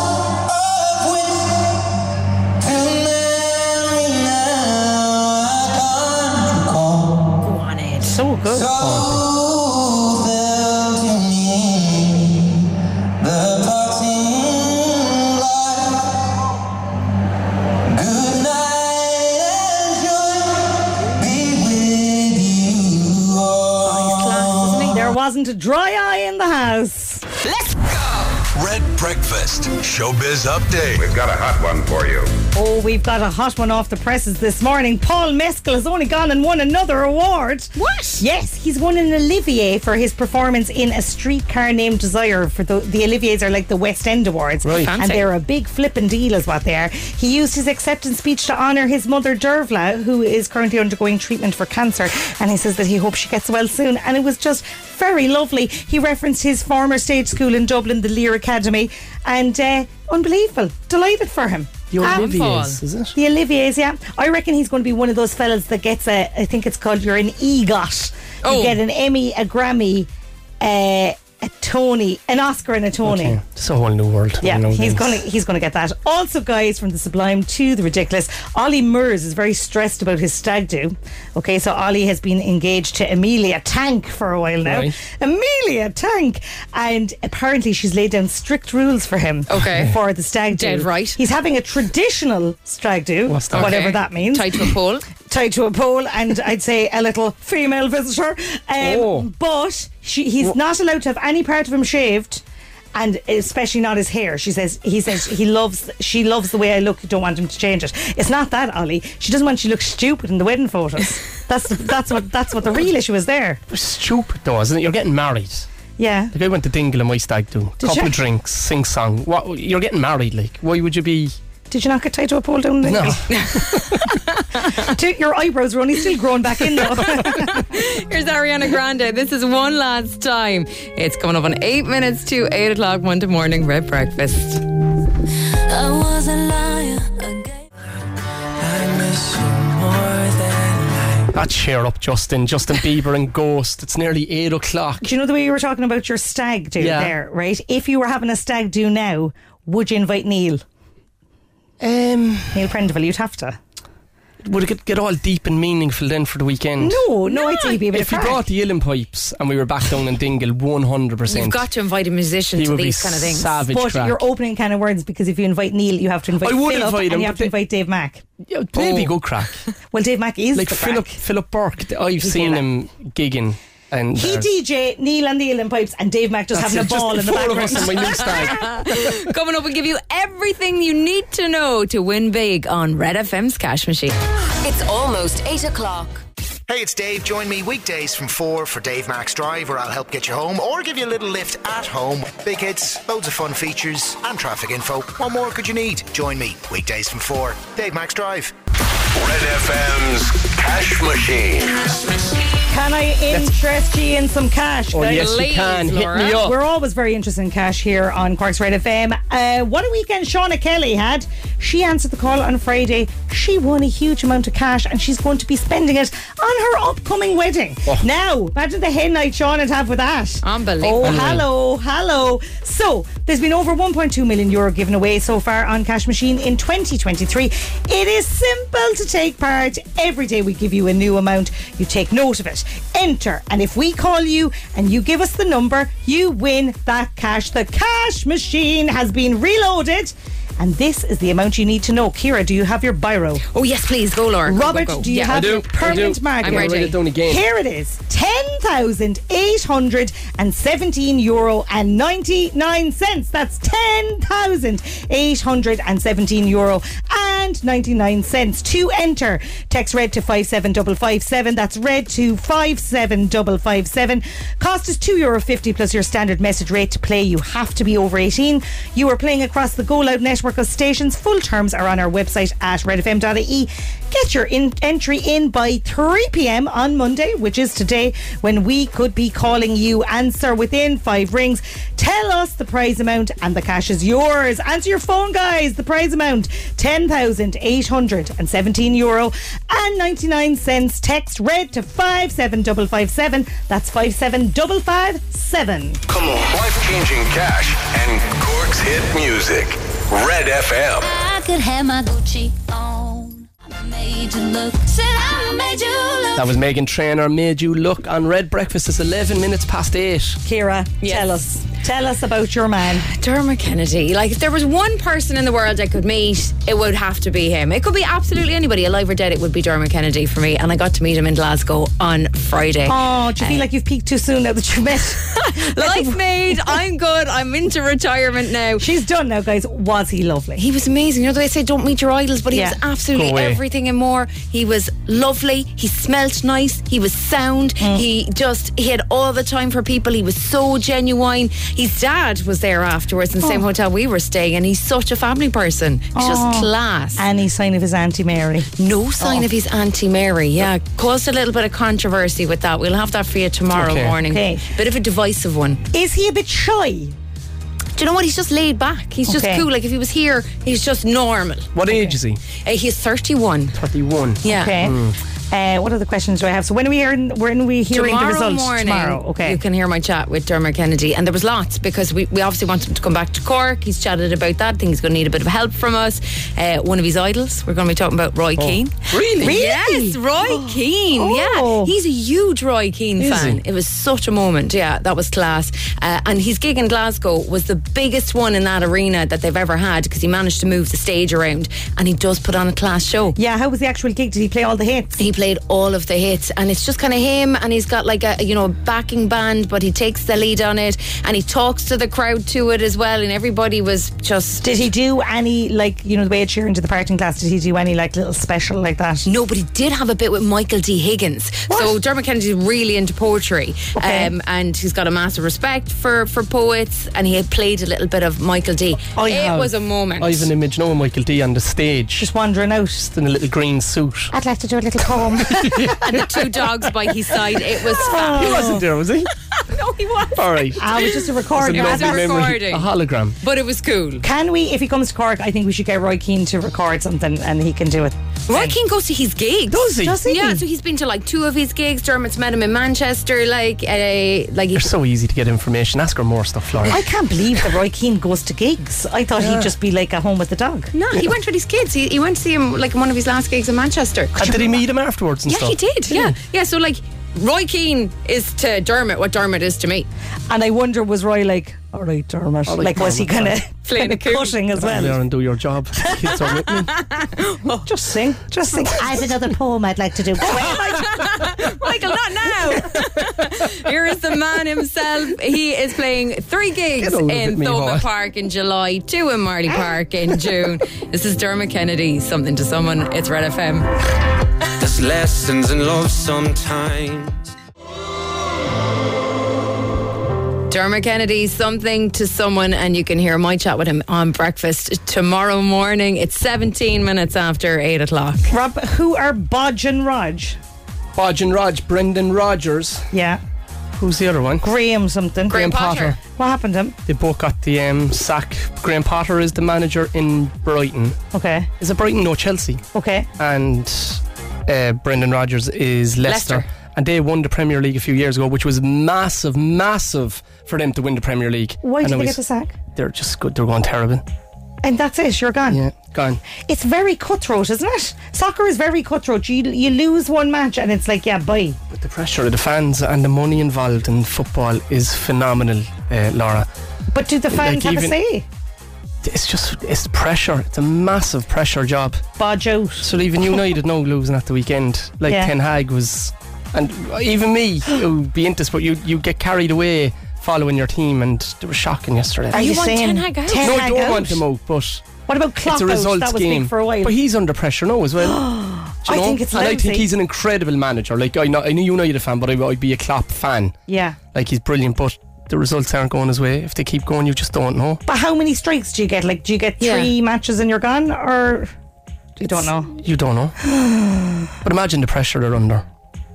[SPEAKER 2] I've went to marry now I can't recall.
[SPEAKER 4] So good.
[SPEAKER 2] So fell to me the parts in life. Good night and joy be with you
[SPEAKER 4] Oh,
[SPEAKER 2] all.
[SPEAKER 4] There wasn't a dry eye in the house.
[SPEAKER 6] Red Breakfast Showbiz Update. We've got a hot one for you.
[SPEAKER 4] Oh, we've got a hot one off the presses this morning. Paul Mescal has only gone and won another award.
[SPEAKER 5] What?
[SPEAKER 4] Yes, he's won an Olivier for his performance in A Streetcar Named Desire. For the, the Oliviers are like the West End Awards,
[SPEAKER 3] Right.
[SPEAKER 4] And
[SPEAKER 5] Fancy.
[SPEAKER 4] they're a big flippin' deal, is what they are. He used his acceptance speech to honour his mother Dervla, who is currently undergoing treatment for cancer, and he says that he hopes she gets well soon. And it was just very lovely. He referenced his former stage school in Dublin, the Lear Academy, and uh, unbelievable, delighted for him.
[SPEAKER 3] The
[SPEAKER 4] Um,
[SPEAKER 3] Oliviers, is it?
[SPEAKER 4] the Olivier's, yeah. I reckon he's going to be one of those fellas that gets a. I think it's called. You're an EGOT.
[SPEAKER 5] Oh.
[SPEAKER 4] You get an Emmy, a Grammy, a, a Tony, an Oscar, and a Tony.
[SPEAKER 3] Yeah, It's a whole new world.
[SPEAKER 4] Yeah,
[SPEAKER 3] you know,
[SPEAKER 4] he's
[SPEAKER 3] things.
[SPEAKER 4] gonna he's gonna get that. Also, guys, from the sublime to the ridiculous, Ollie Murs is very stressed about his stag do. Okay, so Ollie has been engaged to Amelia Tank for a while now.
[SPEAKER 3] Right.
[SPEAKER 4] Amelia Tank, and apparently she's laid down strict rules for him.
[SPEAKER 5] Okay.
[SPEAKER 4] for the stag do.
[SPEAKER 5] Dead right.
[SPEAKER 4] He's having a traditional stag do,
[SPEAKER 3] What's that?
[SPEAKER 4] whatever
[SPEAKER 5] Okay.
[SPEAKER 4] that means
[SPEAKER 5] Tied to a pole.
[SPEAKER 4] tied to a pole and I'd say a little female visitor. Um,
[SPEAKER 3] Oh.
[SPEAKER 4] But she, he's not allowed to have any part of him shaved. And especially not his hair. She says he says he loves she loves the way I look. Don't want him to change it. It's not that Ollie. She doesn't want you to look stupid in the wedding photos. That's that's what that's what the real issue is there.
[SPEAKER 3] Stupid though, isn't it? You're getting married.
[SPEAKER 4] Yeah.
[SPEAKER 3] The guy went to Dingle and my stag do.
[SPEAKER 4] Did
[SPEAKER 3] Couple
[SPEAKER 4] you?
[SPEAKER 3] of drinks, sing song. What? You're getting married, like. Why would you be.
[SPEAKER 4] Did you not get tied to a pole down there?
[SPEAKER 3] No.
[SPEAKER 4] Dude, Your eyebrows were only still growing back in though.
[SPEAKER 5] Here's Ariana Grande. This is One Last Time. It's coming up on 8 minutes to 8 o'clock Monday morning, Red Breakfast.
[SPEAKER 9] I was a liar again.
[SPEAKER 2] I miss you more than
[SPEAKER 3] Ah, cheer up, Justin. Justin Bieber and Ghost. It's nearly 8 o'clock.
[SPEAKER 4] Do you know the way you were talking about your stag do
[SPEAKER 3] Yeah.
[SPEAKER 4] there, right? If you were having a stag do now, would you invite Neil?
[SPEAKER 3] Um,
[SPEAKER 4] Neil Prendeville, you'd have to.
[SPEAKER 3] would it get, get all deep and meaningful then for the weekend?
[SPEAKER 4] No, no, I'd say you'd be a bit
[SPEAKER 3] If we
[SPEAKER 4] apart.
[SPEAKER 3] brought the Illan pipes and we were back down in Dingle, one hundred
[SPEAKER 5] You've
[SPEAKER 3] percent,
[SPEAKER 5] got to invite a musician
[SPEAKER 3] he
[SPEAKER 5] to
[SPEAKER 3] would be
[SPEAKER 5] these kind of things.
[SPEAKER 3] savage.
[SPEAKER 4] but
[SPEAKER 3] crack.
[SPEAKER 4] you're opening kind of words because if you invite Neil, you have to invite
[SPEAKER 3] I would
[SPEAKER 4] Philip
[SPEAKER 3] invite him,
[SPEAKER 4] and you
[SPEAKER 3] but
[SPEAKER 4] have to
[SPEAKER 3] they-
[SPEAKER 4] invite Dave Mack.
[SPEAKER 3] Yeah, they'd be
[SPEAKER 5] Oh.
[SPEAKER 3] good er crack.
[SPEAKER 4] Well, Dave Mack is
[SPEAKER 3] Like
[SPEAKER 4] the
[SPEAKER 3] Philip
[SPEAKER 4] crack.
[SPEAKER 3] Philip Burke, I've seen him gigging, and
[SPEAKER 4] He
[SPEAKER 3] uh,
[SPEAKER 4] DJ Neil and the Elan Pipes and Dave Mack just
[SPEAKER 3] that's
[SPEAKER 4] having
[SPEAKER 3] it,
[SPEAKER 4] a ball
[SPEAKER 3] just
[SPEAKER 4] in the
[SPEAKER 3] four of
[SPEAKER 4] background.
[SPEAKER 3] us in my new stag.
[SPEAKER 5] Coming up, we'll give you everything you need to know to win big on Red FM's Cash Machine.
[SPEAKER 1] It's almost 8 o'clock.
[SPEAKER 10] Hey, it's Dave. Join me weekdays from 4 for Dave Max Drive, where I'll help get you home or give you a little lift at home. Big hits, loads of fun features, and traffic info. What more could you need? Join me weekdays from 4. Dave Max Drive.
[SPEAKER 6] Red FM's Cash Machine.
[SPEAKER 4] Can I interest you in some cash?
[SPEAKER 3] Oh
[SPEAKER 4] guys?
[SPEAKER 3] yes, you
[SPEAKER 5] Please,
[SPEAKER 3] can hit me
[SPEAKER 5] Laura.
[SPEAKER 3] up.
[SPEAKER 4] We're always very interested in cash here on Cork's Red FM. Uh, what a weekend Shauna Kelly had. She answered the call on Friday. She won a huge amount of cash and she's going to be spending it on her upcoming wedding. Now, imagine the hen night Shauna'd have with that.
[SPEAKER 5] Unbelievable.
[SPEAKER 4] Oh, hello, hello. So, there's been over 1.2 million euro given away so far on Cash Machine in 2023. It is simple to take part. Every day we give you a new amount. You take note of it, enter, and if we call you and you give us the number, you win that cash. The Cash Machine has been reloaded. And this is the amount you need to know. Kira, do you have your biro?
[SPEAKER 5] Oh, yes, please, go, Laura. Go, go,
[SPEAKER 4] Robert,
[SPEAKER 5] go.
[SPEAKER 4] do you
[SPEAKER 5] Yeah.
[SPEAKER 4] have
[SPEAKER 3] do,
[SPEAKER 4] your
[SPEAKER 3] I do.
[SPEAKER 4] permanent marker?
[SPEAKER 5] I'm
[SPEAKER 3] Write
[SPEAKER 5] ready.
[SPEAKER 3] it down again.
[SPEAKER 4] Here it is. 10,817 euro and 99 cents. That's 10,817 euro and 99 cents. To enter, text red to 57557. That's red to 57557. Cost is 2 euro 50 plus your standard message rate to play. You have to be over 18. You are playing across the Go Loud network of stations. Full terms are on our website at redfm.ie. Get your in- entry in by 3 p.m. on Monday, which is today, when we could be calling you. Answer within five rings. Tell us the prize amount, and the cash is yours. Answer your phone, guys. The prize amount: ten thousand eight hundred and seventeen euro and ninety nine cents. Text red to five seven double five seven. That's five seven double five seven.
[SPEAKER 6] Come on. Life changing cash and Cork's hit music. Red FM.
[SPEAKER 9] I could have my Gucci on. I made you look. Said I made you look.
[SPEAKER 3] That was Megan Trainer. Made you look on Red Breakfast. It's eleven minutes past eight.
[SPEAKER 4] Kira,
[SPEAKER 5] Yes.
[SPEAKER 4] tell us, tell us about your man.
[SPEAKER 5] Dermot Kennedy. Like, if there was one person in the world I could meet, it would have to be him. It could be absolutely anybody, alive or dead. It would be Dermot Kennedy for me. And I got to meet him in Glasgow on Friday.
[SPEAKER 4] Oh, do you feel like you've peaked too soon now that you met?
[SPEAKER 5] Life made. I'm good. I'm into retirement now.
[SPEAKER 4] She's done now, guys. Was he lovely?
[SPEAKER 5] He was amazing. You know the way I say, don't meet your idols, but he
[SPEAKER 4] Yeah.
[SPEAKER 5] was absolutely
[SPEAKER 3] Go away.
[SPEAKER 5] everything and more. He was lovely. He smelt nice. He was sound.
[SPEAKER 3] Mm.
[SPEAKER 5] He just, he had all the time for people. He was so genuine. His dad was there afterwards in the same
[SPEAKER 3] Oh.
[SPEAKER 5] hotel we were staying, and he's such a family person. He's just class.
[SPEAKER 4] Any sign of his Auntie Mary?
[SPEAKER 5] no sign of his Auntie Mary. Yeah, caused a little bit of controversy with that. We'll have that for you tomorrow
[SPEAKER 3] Okay.
[SPEAKER 5] morning.
[SPEAKER 4] Okay.
[SPEAKER 5] Bit of a divisive one.
[SPEAKER 4] Is he a bit shy?
[SPEAKER 5] Do you know what? He's just laid back. He's
[SPEAKER 4] Okay.
[SPEAKER 5] just cool. Like if he was here, he's just normal.
[SPEAKER 3] What age is he?
[SPEAKER 5] Uh, he's 31.
[SPEAKER 3] Thirty-one.
[SPEAKER 5] Yeah.
[SPEAKER 4] Okay. Uh, what other questions do I have? So when are we hearing, when are we hearing
[SPEAKER 5] Tomorrow
[SPEAKER 4] the results
[SPEAKER 5] morning,
[SPEAKER 4] tomorrow? Okay.
[SPEAKER 5] you can hear my chat with Dermot Kennedy, and there was lots because we, we obviously want him to come back to Cork. He's chatted about that. I think he's going to need a bit of help from us. Uh, one of his idols, we're going to be talking about Roy Keane.
[SPEAKER 3] Really?
[SPEAKER 5] Yes, Roy Keane.
[SPEAKER 4] Oh.
[SPEAKER 5] Yeah, he's a huge Roy Keane
[SPEAKER 3] Is
[SPEAKER 5] fan.
[SPEAKER 3] he?
[SPEAKER 5] It was such a moment. Yeah, that was class. Uh, and his gig in Glasgow was the biggest one in that arena that they've ever had because he managed to move the stage around, and he does put on a class show.
[SPEAKER 4] yeah. How was the actual gig? Did he play all the hits?
[SPEAKER 5] He played all of the hits, and it's just kind of him, and he's got like a you know backing band, but he takes the lead on it, and he talks to the crowd to it as well, and everybody was just
[SPEAKER 4] Did he do any like you know the way it cheering to the parting class? Did he do any like little special like that?
[SPEAKER 5] No, but he did have a bit with Michael D. Higgins. So Dermot Kennedy's really into poetry,
[SPEAKER 4] Okay.
[SPEAKER 5] um, and he's got a massive respect for for poets. And he had played a little bit of Michael D.
[SPEAKER 4] I
[SPEAKER 5] it
[SPEAKER 4] have.
[SPEAKER 5] was a moment.
[SPEAKER 3] I have an image now of Michael D on the stage, just
[SPEAKER 4] Just wandering out.
[SPEAKER 3] in a little green suit.
[SPEAKER 4] I'd like to do a little poem.
[SPEAKER 5] and the two dogs by his side. It was fab.
[SPEAKER 3] He wasn't there, was he?
[SPEAKER 5] no, he wasn't.
[SPEAKER 3] All right.
[SPEAKER 4] Ah, it was just a record.
[SPEAKER 3] It's a
[SPEAKER 5] It was
[SPEAKER 3] lovely
[SPEAKER 5] a
[SPEAKER 3] memory.
[SPEAKER 5] recording.
[SPEAKER 3] A hologram.
[SPEAKER 5] But it was cool.
[SPEAKER 4] Can we, if he comes to Cork, I think we should get Roy Keane to record something and he can do it.
[SPEAKER 5] Roy King goes to his gigs.
[SPEAKER 3] Does he?
[SPEAKER 4] Does he?
[SPEAKER 5] Yeah, so he's been to like two of his gigs. Dermot's met him in Manchester. Like, uh, like
[SPEAKER 3] They're
[SPEAKER 5] he's
[SPEAKER 3] so easy to get information. Ask her more stuff, Laura.
[SPEAKER 4] I can't believe that Roy Keane goes to gigs. I thought he'd just be like at home with the dog.
[SPEAKER 5] no, he went with his kids. He, he went to see him like in one of his last gigs in Manchester.
[SPEAKER 3] And did he meet him afterwards and
[SPEAKER 5] Yeah,
[SPEAKER 3] stuff?
[SPEAKER 5] he did. Yeah, yeah. So like, Roy Keane is to Dermot what Dermot is to me.
[SPEAKER 4] And I wonder, was Roy like, all right, Dermot?
[SPEAKER 3] right,
[SPEAKER 4] like, was he kind
[SPEAKER 3] Dermot,
[SPEAKER 4] of
[SPEAKER 5] Playing it cool.
[SPEAKER 4] cutting as
[SPEAKER 3] Stand there
[SPEAKER 4] well?
[SPEAKER 3] and do your job. Kids are with me.
[SPEAKER 4] Just sing. Just sing. I've another poem I'd like to do.
[SPEAKER 5] Michael, not now. Here is the man himself. He is playing three gigs
[SPEAKER 3] Get over it,
[SPEAKER 5] in
[SPEAKER 3] me
[SPEAKER 5] Thoma
[SPEAKER 3] heart.
[SPEAKER 5] Park in July, two in Marley Park in June. This is Dermot Kennedy. Something to someone. It's Red FM.
[SPEAKER 2] There's lessons in love sometimes.
[SPEAKER 5] Dermot Kennedy, something to someone, and you can hear my chat with him on breakfast tomorrow morning. It's 17 minutes after 8 o'clock.
[SPEAKER 4] Rob, who are Bodge and Raj?
[SPEAKER 3] Bodge and Raj, Brendan Rogers.
[SPEAKER 4] Yeah.
[SPEAKER 3] Who's the other one?
[SPEAKER 4] Graham something.
[SPEAKER 5] Graham Potter.
[SPEAKER 4] What happened to him?
[SPEAKER 3] They both got the um, sack. Graham Potter is the manager in Brighton.
[SPEAKER 4] Okay.
[SPEAKER 3] Is it Brighton? No, Chelsea.
[SPEAKER 4] Okay.
[SPEAKER 3] And uh, Brendan Rogers is Leicester.
[SPEAKER 5] Leicester.
[SPEAKER 3] And they won the Premier League a few years ago, which was massive, massive for them to win the Premier League.
[SPEAKER 4] Why
[SPEAKER 3] And
[SPEAKER 4] did
[SPEAKER 3] it
[SPEAKER 4] they
[SPEAKER 3] was-
[SPEAKER 4] get the sack?
[SPEAKER 3] They're just good. They're going terrible.
[SPEAKER 4] And that's it. You're gone.
[SPEAKER 3] Yeah, gone.
[SPEAKER 4] It's very cutthroat, isn't it? Soccer is very cutthroat. You, you lose one match and it's like, yeah, bye.
[SPEAKER 3] But the pressure of the fans and the money involved in football is phenomenal, uh, Laura.
[SPEAKER 4] But do the fans
[SPEAKER 3] Like
[SPEAKER 4] have
[SPEAKER 3] even-
[SPEAKER 4] a say?
[SPEAKER 3] It's just, it's pressure. It's a massive pressure job.
[SPEAKER 4] Bodge out.
[SPEAKER 3] So even United no losing at the weekend. Like
[SPEAKER 4] Yeah.
[SPEAKER 3] Ten Hag was, and even me who be into sport, you you get carried away following your team, and they were shocking yesterday.
[SPEAKER 4] Are you,
[SPEAKER 5] want
[SPEAKER 4] saying
[SPEAKER 5] Ten Hag out?
[SPEAKER 4] Ten
[SPEAKER 3] no, I
[SPEAKER 4] Hag
[SPEAKER 3] don't
[SPEAKER 4] out?
[SPEAKER 3] want him out, but
[SPEAKER 4] What about Klopp
[SPEAKER 3] it's a
[SPEAKER 4] out?
[SPEAKER 3] results
[SPEAKER 4] That was
[SPEAKER 3] game.
[SPEAKER 4] big for a while.
[SPEAKER 3] But he's under pressure now as well. Do you
[SPEAKER 4] I
[SPEAKER 3] know?
[SPEAKER 4] think it's
[SPEAKER 3] and I think
[SPEAKER 4] lousy.
[SPEAKER 3] he's an incredible manager. Like I know, I know United fan, but I, I'd be a Klopp fan.
[SPEAKER 4] yeah.
[SPEAKER 3] Like he's brilliant, but the results aren't going his way. If they keep going, you just don't know.
[SPEAKER 4] But how many strikes do you get? Like, do you get
[SPEAKER 5] Yeah.
[SPEAKER 4] three matches and you're gone, or you don't know?
[SPEAKER 3] You don't know. but imagine the pressure they're under.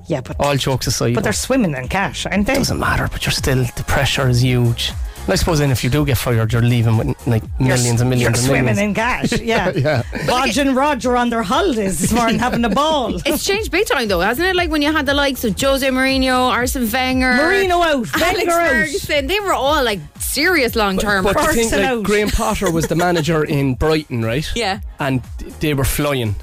[SPEAKER 4] Yeah, but
[SPEAKER 3] All jokes aside,
[SPEAKER 4] but they're swimming in cash, aren't they?
[SPEAKER 3] doesn't matter, but you're still the pressure is huge. And I suppose then if you do get fired, you're leaving with like
[SPEAKER 4] You're s-
[SPEAKER 3] millions and
[SPEAKER 4] you're
[SPEAKER 3] millions and
[SPEAKER 4] swimming
[SPEAKER 3] millions.
[SPEAKER 4] in cash. Yeah,
[SPEAKER 3] Yeah.
[SPEAKER 4] Bodge and Roger on their holidays this morning having a ball.
[SPEAKER 5] It's changed big time, though, hasn't it? Like when you had the likes of Jose Mourinho, Arsene Wenger,
[SPEAKER 4] Marino out,
[SPEAKER 5] Alex
[SPEAKER 4] Wenger out.
[SPEAKER 5] Ferguson. They were all like serious long term.
[SPEAKER 3] But the thing,
[SPEAKER 4] Person
[SPEAKER 3] like,
[SPEAKER 4] out.
[SPEAKER 3] Graham Potter was the manager in Brighton, right?
[SPEAKER 5] Yeah.
[SPEAKER 3] And they were flying,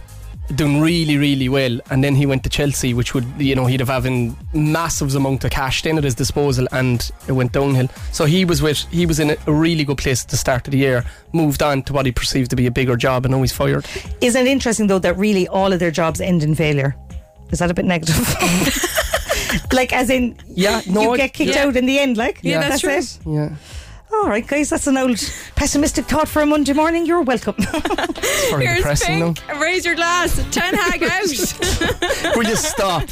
[SPEAKER 3] doing really, really well. And then he went to Chelsea, which would, you know, he'd have having massive amount of cash then at his disposal, and it went downhill. So he was with, he was in a, a really good place at the start of the year. Moved on to what he perceived to be a bigger job, and now he's fired.
[SPEAKER 4] Isn't it interesting though that really all of their jobs end in failure? Is that a bit negative? like, as in,
[SPEAKER 3] Yeah, no,
[SPEAKER 4] you
[SPEAKER 3] I-
[SPEAKER 4] get kicked
[SPEAKER 5] yeah.
[SPEAKER 4] out in the end. Like,
[SPEAKER 5] Yeah, that's true.
[SPEAKER 4] it.
[SPEAKER 3] Yeah.
[SPEAKER 4] All right, guys, that's an old pessimistic thought for a Monday morning. You're welcome.
[SPEAKER 3] It's very
[SPEAKER 5] Here's
[SPEAKER 3] depressing
[SPEAKER 5] Pink. Raise your glass. Ten Hag out.
[SPEAKER 3] now. Will you stop?
[SPEAKER 2] Right,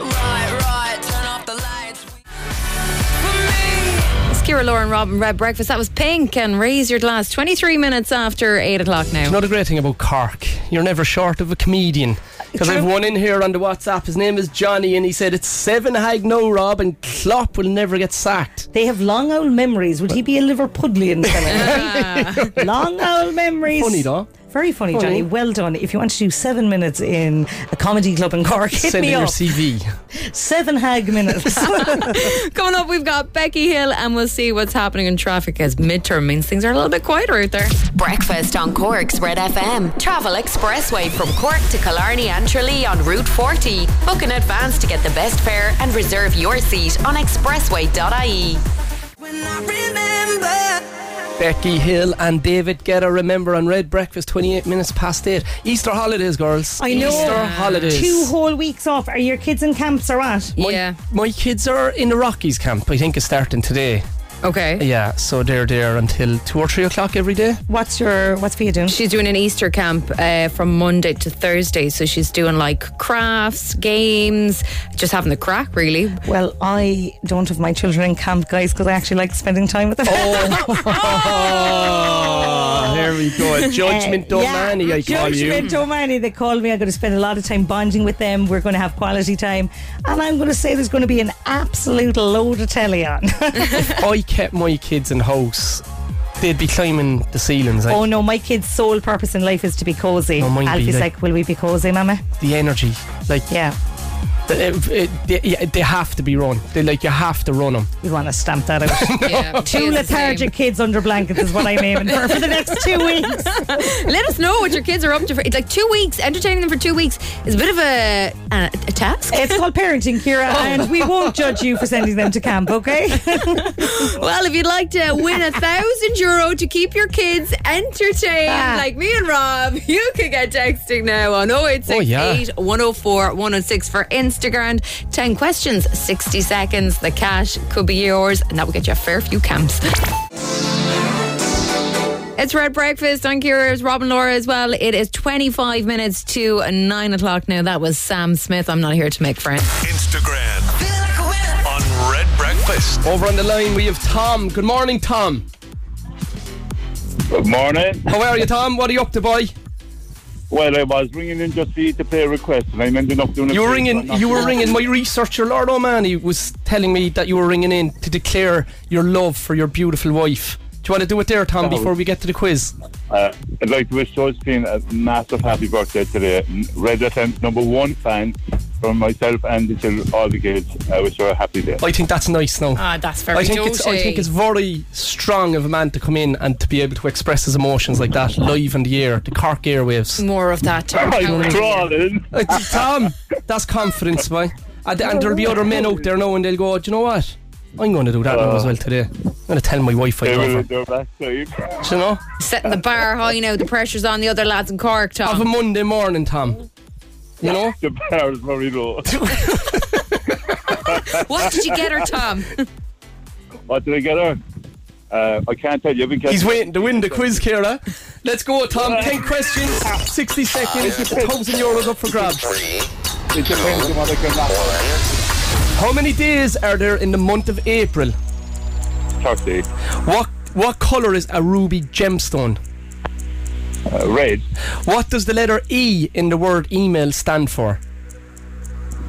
[SPEAKER 2] right, turn off the lights.
[SPEAKER 5] It's Kira Lauren Robin Red Breakfast. That was pink and raise your glass. 23 minutes after 8 o'clock now.
[SPEAKER 3] Another great thing about Cork, you're never short of a comedian.
[SPEAKER 4] Uh,
[SPEAKER 3] Because I've one in here on the WhatsApp. His name is Johnny, and he said it's seven hag no Rob, and Klopp will never get sacked.
[SPEAKER 4] They have long old memories. Would he be a Liverpudlian? kind of- long old memories.
[SPEAKER 3] Funny though.
[SPEAKER 4] Very funny, Johnny. Well done. If you want to do seven minutes in a comedy club in Cork, hit
[SPEAKER 3] Send
[SPEAKER 4] me
[SPEAKER 3] in your
[SPEAKER 4] up.
[SPEAKER 3] CV.
[SPEAKER 4] seven hag minutes.
[SPEAKER 5] Coming up, we've got Becky Hill, and we'll see what's happening in traffic as midterm means things are a little bit quieter out there.
[SPEAKER 1] Breakfast on Cork's Red FM. Travel expressway from Cork to Killarney and Tralee on Route 40. Book in advance to get the best fare and reserve your seat on expressway.ie.
[SPEAKER 3] Becky Hill and David Guetta. Remember on Red Breakfast, 28 minutes past eight. Easter holidays, girls.
[SPEAKER 4] I know.
[SPEAKER 3] Easter holidays.
[SPEAKER 4] Two whole weeks off. Are your kids in camps or what?
[SPEAKER 3] my,
[SPEAKER 5] yeah.
[SPEAKER 3] my kids are in the Rockies camp. I think is starting today.
[SPEAKER 5] Okay.
[SPEAKER 3] Yeah, so they're there until two or three o'clock every day.
[SPEAKER 4] What's your what's Fia doing?
[SPEAKER 5] She's doing an Easter camp uh, from Monday to Thursday, so she's doing like crafts, games, just having the crack, really.
[SPEAKER 4] Well, I don't have my children in camp, guys, because I actually like spending time with them.
[SPEAKER 3] Oh, here we go. Judgment
[SPEAKER 4] Uh,
[SPEAKER 3] Domani, I call you.
[SPEAKER 4] Judgment Domani, they call me. I'm going to spend a lot of time bonding with them. We're going to have quality time. And I'm going to say there's going to be an absolute load of telly on.
[SPEAKER 3] If I kept my kids in house, they'd be climbing the ceilings. Like,
[SPEAKER 4] oh, no, my kid's sole purpose in life is to be cozy.
[SPEAKER 3] No, mine be
[SPEAKER 4] Alfie's
[SPEAKER 3] like-
[SPEAKER 4] like, Will we be cozy, Mama?
[SPEAKER 3] the energy, like
[SPEAKER 4] Yeah.
[SPEAKER 3] th- it- it- they, yeah, they have to be run. They like you have to run them.
[SPEAKER 4] We want to stamp that out.
[SPEAKER 5] Yeah,
[SPEAKER 4] Two lethargic kids under blankets is what I'm aiming for for the next two weeks.
[SPEAKER 5] Let us know what your kids are up to. For. It's like two weeks. Entertaining them for two weeks is a bit of a, a, a task.
[SPEAKER 4] It's called parenting,
[SPEAKER 3] Oh.
[SPEAKER 4] Kira, and we won't judge you for sending them to camp, okay?
[SPEAKER 5] Well, if you'd like to win a thousand euro to keep your kids entertained,
[SPEAKER 4] Ah.
[SPEAKER 5] like me and Rob, you can get texting now on 0868
[SPEAKER 3] Oh, yeah.
[SPEAKER 5] 104 106 for Instagram. 10 questions, 60 seconds. The cash could be yours, and that will get you a fair few camps. It's Red Breakfast on Kira's Rob and Laura as well. It is 25 minutes to 9 o'clock now. That was Sam Smith. I'm not here to make friends.
[SPEAKER 6] Instagram on Red Breakfast.
[SPEAKER 3] Over on the line, we have Tom. Good morning, Tom.
[SPEAKER 7] Good morning.
[SPEAKER 3] How are you, Tom? What are you up to, boy?
[SPEAKER 7] Well, I was ringing in just to, to play a request, and I'm ending up doing. a
[SPEAKER 3] You were
[SPEAKER 7] quiz, so I'm
[SPEAKER 3] ringing.
[SPEAKER 7] not
[SPEAKER 3] You were
[SPEAKER 7] sure.
[SPEAKER 3] ringing. My researcher, Lord O'Mahony, was telling me that you were ringing in to declare your love for your beautiful wife. Do you want to do it there, Tom,
[SPEAKER 7] No.
[SPEAKER 3] before we get to the quiz?
[SPEAKER 7] Uh, I'd like to wish Josephine a massive happy birthday today. N- Red FM's number one fan from myself and the children, all the kids. I wish her a happy day.
[SPEAKER 3] I think that's nice. Now,
[SPEAKER 5] Ah, that's very
[SPEAKER 3] I think it's I think it's very strong of a man to come in and to be able to express his emotions like that live in the air, the Cork airwaves.
[SPEAKER 5] more of that. Tom. How
[SPEAKER 7] I'm
[SPEAKER 5] are you?
[SPEAKER 7] crawling.
[SPEAKER 3] Uh, Tom, that's confidence, boy. And, and there'll be other men out there now, and they'll go, "Do you know what? I'm going to do that now as well today. I'm going to tell my wife I
[SPEAKER 7] They will
[SPEAKER 3] love her."
[SPEAKER 7] do that.
[SPEAKER 3] Do you know,
[SPEAKER 5] setting the bar high now. The pressure's on the other lads in Cork,
[SPEAKER 3] of a
[SPEAKER 5] Tom.
[SPEAKER 3] Monday morning, Tom. You know,
[SPEAKER 7] The bar is very low.
[SPEAKER 5] What did you get her, Tom?
[SPEAKER 7] What did I get on? Uh, I can't tell you because
[SPEAKER 3] He's waiting to win the quiz, Kira. Let's go, Tom. 10 questions, 60 seconds, 1,000 euros up for grabs.
[SPEAKER 6] Three,
[SPEAKER 7] it depends on what I come back with.
[SPEAKER 3] How many days are there in the month of April?
[SPEAKER 7] Thursday.
[SPEAKER 3] What what colour is a ruby gemstone?
[SPEAKER 7] Uh, red.
[SPEAKER 3] What does the letter E in the word email stand for?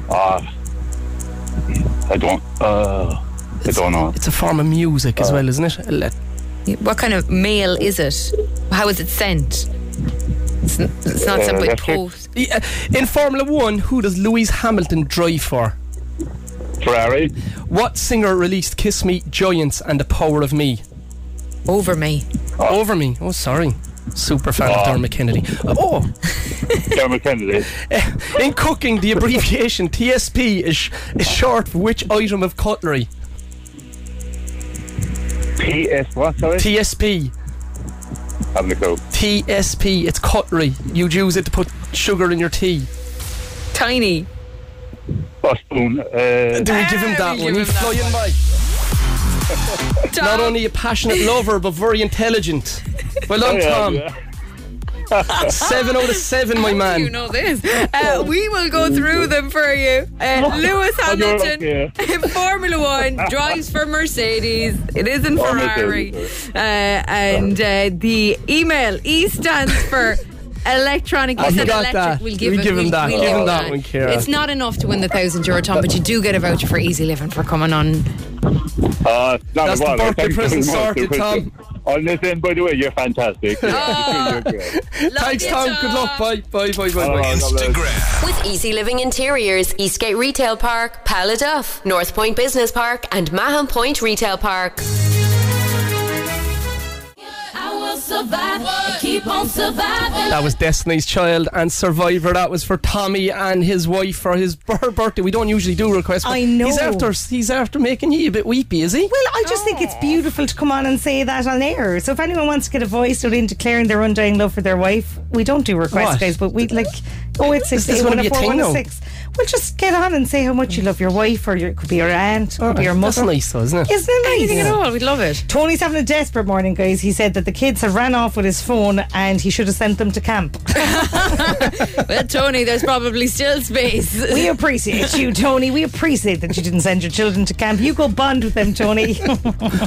[SPEAKER 7] Ah. I don't. Uh, I don't know.
[SPEAKER 3] It's a form of music as well, isn't it? A let-
[SPEAKER 5] What kind of mail is it? How is it sent? It's, n- it's not
[SPEAKER 7] Uh,
[SPEAKER 5] sent by
[SPEAKER 7] that's it.
[SPEAKER 5] post.
[SPEAKER 3] Yeah, E, uh, In Formula One, who does Lewis Hamilton drive for?
[SPEAKER 7] Ferrari.
[SPEAKER 3] What singer released Kiss Me, Giants, and The Power of Me?
[SPEAKER 5] Over me.
[SPEAKER 3] Over me. Oh, sorry. Super fan of
[SPEAKER 7] Oh.
[SPEAKER 3] Dermot Kennedy. Oh,
[SPEAKER 7] Dermot Kennedy.
[SPEAKER 3] In cooking, the abbreviation TSP is, sh- is short for which item of cutlery?
[SPEAKER 7] P.S. What? Sorry.
[SPEAKER 3] TSP.
[SPEAKER 7] Have a go.
[SPEAKER 3] TSP. It's cutlery. You'd use it to put sugar in your tea.
[SPEAKER 5] Tiny.
[SPEAKER 7] Boston. Uh,
[SPEAKER 3] Do we give him
[SPEAKER 5] Ah,
[SPEAKER 3] that
[SPEAKER 5] we
[SPEAKER 3] one? He's
[SPEAKER 5] give him that
[SPEAKER 3] flying by.
[SPEAKER 5] Tom,
[SPEAKER 3] Not only a passionate lover, but very intelligent. Well
[SPEAKER 5] Oh,
[SPEAKER 3] done,
[SPEAKER 7] oh, yeah,
[SPEAKER 3] Tom.
[SPEAKER 7] yeah.
[SPEAKER 3] Seven out of seven, my
[SPEAKER 5] you
[SPEAKER 3] man.
[SPEAKER 5] know this. Uh, we will go through them for you. Uh, Lewis
[SPEAKER 7] you're up
[SPEAKER 5] Hamilton, Formula One, drives for Mercedes. It isn't
[SPEAKER 7] Oh,
[SPEAKER 5] Ferrari.
[SPEAKER 7] Mercedes.
[SPEAKER 5] Uh, and uh, the email E stands for. Electronic.
[SPEAKER 3] I
[SPEAKER 5] You said
[SPEAKER 3] Oh, got
[SPEAKER 5] electric.
[SPEAKER 3] that.
[SPEAKER 5] We'll give,
[SPEAKER 3] We
[SPEAKER 5] it-
[SPEAKER 3] give him
[SPEAKER 5] we'll-
[SPEAKER 3] that.
[SPEAKER 5] we'll
[SPEAKER 3] Give
[SPEAKER 5] give
[SPEAKER 3] him
[SPEAKER 5] it
[SPEAKER 3] that one, Ciara.
[SPEAKER 5] It's not enough to win the thousand euro, Tom, but you do get a voucher for Easy Living for coming on.
[SPEAKER 7] Uh, not
[SPEAKER 3] That's the
[SPEAKER 7] a
[SPEAKER 3] birthday
[SPEAKER 7] bother. Thanks very
[SPEAKER 3] present
[SPEAKER 7] much.
[SPEAKER 3] sorted, Tom.
[SPEAKER 7] On this end, by the way, you're fantastic. You're great.
[SPEAKER 3] Thanks, Tom. Good luck. Bye, bye, bye, bye, bye.
[SPEAKER 7] Oh, God bless.
[SPEAKER 6] Instagram
[SPEAKER 1] With Easy Living Interiors, Eastgate Retail Park, Paladuff, North Point Business Park, and Mahon Point Retail Park.
[SPEAKER 9] I will survive and keep on surviving.
[SPEAKER 3] That was Destiny's Child and Survivor. That was for Tommy and his wife for his bir- birthday. We don't usually do requests. but
[SPEAKER 4] I know.
[SPEAKER 3] He's after. He's after making you a bit weepy, is he?
[SPEAKER 4] Well, I just think it's beautiful to come on and say that on air. So if anyone wants to get a voice out in declaring their undying love for their wife, we don't do request
[SPEAKER 3] What?
[SPEAKER 4] days, but we like oh,
[SPEAKER 3] Is this gonna be a thing now?
[SPEAKER 4] 0868104106. Well, just get on and say how much you love your wife, or your, it could be your aunt, it could be your
[SPEAKER 3] That's
[SPEAKER 4] mother.
[SPEAKER 3] nice though, isn't it?
[SPEAKER 4] Isn't it nice?
[SPEAKER 5] Anything at all, we'd love it.
[SPEAKER 4] Tony's having a desperate morning, guys. He said that the kids have ran off with his phone and he should have sent them to camp.
[SPEAKER 5] Well, Tony, there's probably still space.
[SPEAKER 4] We appreciate you, Tony. We appreciate that you didn't send your children to camp. You go bond with them, Tony.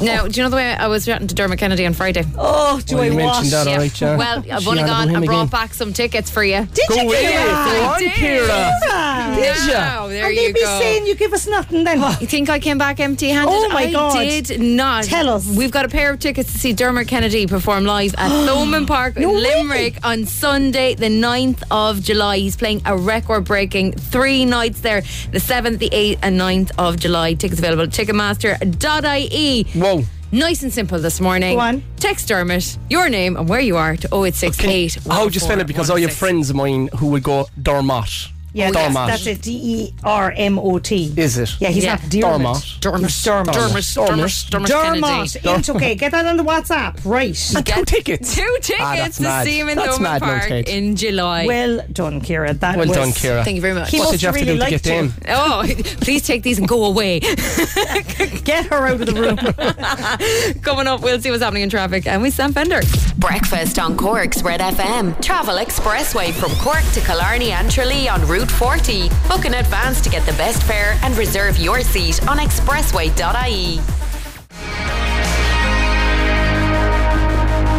[SPEAKER 5] Now, do you know the way I was chatting to Dermot Kennedy on Friday?
[SPEAKER 4] oh, do
[SPEAKER 3] Well,
[SPEAKER 4] I
[SPEAKER 3] you
[SPEAKER 4] watch?
[SPEAKER 3] mentioned that,
[SPEAKER 5] Yeah.
[SPEAKER 3] all right, Jan.
[SPEAKER 5] Well, I've
[SPEAKER 3] She
[SPEAKER 5] only
[SPEAKER 3] on about
[SPEAKER 5] gone
[SPEAKER 3] him
[SPEAKER 5] and brought
[SPEAKER 3] again.
[SPEAKER 5] back some tickets for you.
[SPEAKER 4] Did
[SPEAKER 3] Go
[SPEAKER 4] you
[SPEAKER 3] away,
[SPEAKER 4] get
[SPEAKER 3] go on,
[SPEAKER 5] I did.
[SPEAKER 3] Kira.
[SPEAKER 4] Did
[SPEAKER 3] ya?
[SPEAKER 5] Now, there
[SPEAKER 4] and
[SPEAKER 5] you
[SPEAKER 4] they'd be
[SPEAKER 5] go. Oh.
[SPEAKER 4] saying you give us nothing then.
[SPEAKER 5] you think I came back empty-handed?
[SPEAKER 4] Oh, my
[SPEAKER 5] I
[SPEAKER 4] God.
[SPEAKER 5] did not.
[SPEAKER 4] Tell us.
[SPEAKER 5] We've got a pair of tickets to see Dermot Kennedy perform live at Thoman Park in
[SPEAKER 4] No way.
[SPEAKER 5] Limerick on Sunday, the 9th of July. He's playing a record-breaking three nights there, the 7th, the 8th and 9th of July. Tickets available at ticketmaster.ie.
[SPEAKER 3] Whoa.
[SPEAKER 5] E. Nice and simple this morning.
[SPEAKER 4] Go on.
[SPEAKER 5] Text Dermot, your name and where you are to 0868.
[SPEAKER 4] Oh,
[SPEAKER 3] How would you spell it? Because all your friends of mine who would go Dormot.
[SPEAKER 4] Yeah, that's,
[SPEAKER 3] Dormot.
[SPEAKER 4] that's it. D E R M O T.
[SPEAKER 3] Is it?
[SPEAKER 4] Yeah, he's
[SPEAKER 5] Yeah.
[SPEAKER 4] not Dermot.
[SPEAKER 3] Dormot.
[SPEAKER 5] Dermot.
[SPEAKER 4] Dermot.
[SPEAKER 5] Dermot. Dermot. Dermot. Kennedy.
[SPEAKER 4] Dermot. It's okay. Get that on the WhatsApp. Right.
[SPEAKER 5] Get
[SPEAKER 3] Two tickets.
[SPEAKER 5] Two
[SPEAKER 3] Ah, that's
[SPEAKER 5] tickets to
[SPEAKER 3] mad.
[SPEAKER 5] see him in
[SPEAKER 3] That's
[SPEAKER 5] Thurman
[SPEAKER 3] mad, no
[SPEAKER 5] Park
[SPEAKER 3] Kate.
[SPEAKER 5] in July.
[SPEAKER 4] Well done, Kira. That
[SPEAKER 3] Well
[SPEAKER 4] was
[SPEAKER 3] done, Kira.
[SPEAKER 5] Thank you very much.
[SPEAKER 4] He
[SPEAKER 3] What did
[SPEAKER 4] must
[SPEAKER 3] you have
[SPEAKER 4] have
[SPEAKER 3] to do
[SPEAKER 4] really
[SPEAKER 3] to get
[SPEAKER 4] liked
[SPEAKER 3] in?
[SPEAKER 5] oh, please take these and go away.
[SPEAKER 4] Get her out of the room.
[SPEAKER 5] Coming up, we'll see what's happening in traffic. And we Sam Fender.
[SPEAKER 1] Breakfast on Cork's Red FM. Travel expressway from Cork to Killarney and Tralee on Route 40. Book in advance to get the best fare and reserve your seat on expressway.ie.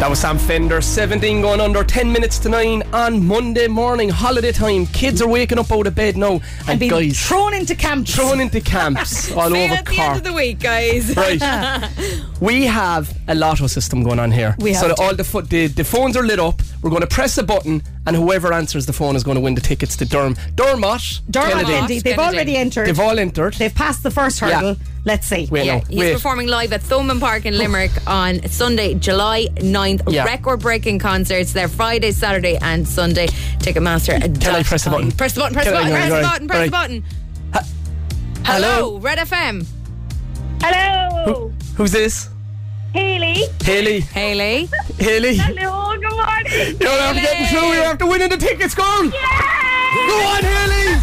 [SPEAKER 3] That was Sam Fender, 17 going under, 10 minutes to 9 on Monday morning, holiday time. Kids are waking up out of bed now, and,
[SPEAKER 4] Being
[SPEAKER 3] guys,
[SPEAKER 4] thrown into camp.
[SPEAKER 3] thrown into camps all
[SPEAKER 5] See you
[SPEAKER 3] over
[SPEAKER 5] at the end
[SPEAKER 3] Cork.
[SPEAKER 5] of the week, guys.
[SPEAKER 3] Right. we have a lotto system going on here.
[SPEAKER 4] We
[SPEAKER 3] so
[SPEAKER 4] have
[SPEAKER 3] that all the, fo- the the phones are lit up. We're going to press a button, and whoever answers the phone is going to win the tickets to Durham. Dermot.
[SPEAKER 4] Dermot
[SPEAKER 3] Kennedy.
[SPEAKER 4] Kennedy. They've
[SPEAKER 5] Kennedy.
[SPEAKER 4] already entered.
[SPEAKER 3] They've all entered.
[SPEAKER 4] They've passed the first hurdle. Let's see.
[SPEAKER 3] Wait,
[SPEAKER 5] Yeah,
[SPEAKER 3] no.
[SPEAKER 5] he's
[SPEAKER 3] Wait.
[SPEAKER 5] performing live at Thoman Park in Limerick on Sunday, July 9th.
[SPEAKER 3] Yeah.
[SPEAKER 5] Record breaking concerts there Friday, Saturday, and Sunday. Ticketmaster.
[SPEAKER 3] Can I press the button?
[SPEAKER 5] Press the button, press
[SPEAKER 3] Can
[SPEAKER 5] the
[SPEAKER 3] I-
[SPEAKER 5] button,
[SPEAKER 3] no,
[SPEAKER 5] press
[SPEAKER 3] right,
[SPEAKER 5] the button, press
[SPEAKER 3] right.
[SPEAKER 5] the button. Hello,
[SPEAKER 3] Hello?
[SPEAKER 5] Red FM.
[SPEAKER 8] Hello.
[SPEAKER 3] Who's this?
[SPEAKER 8] Haley.
[SPEAKER 3] Haley.
[SPEAKER 5] Haley.
[SPEAKER 3] Haley.
[SPEAKER 8] Hello, good morning.
[SPEAKER 3] You're after getting through. You're after winning the tickets, girl. Go on, Haley.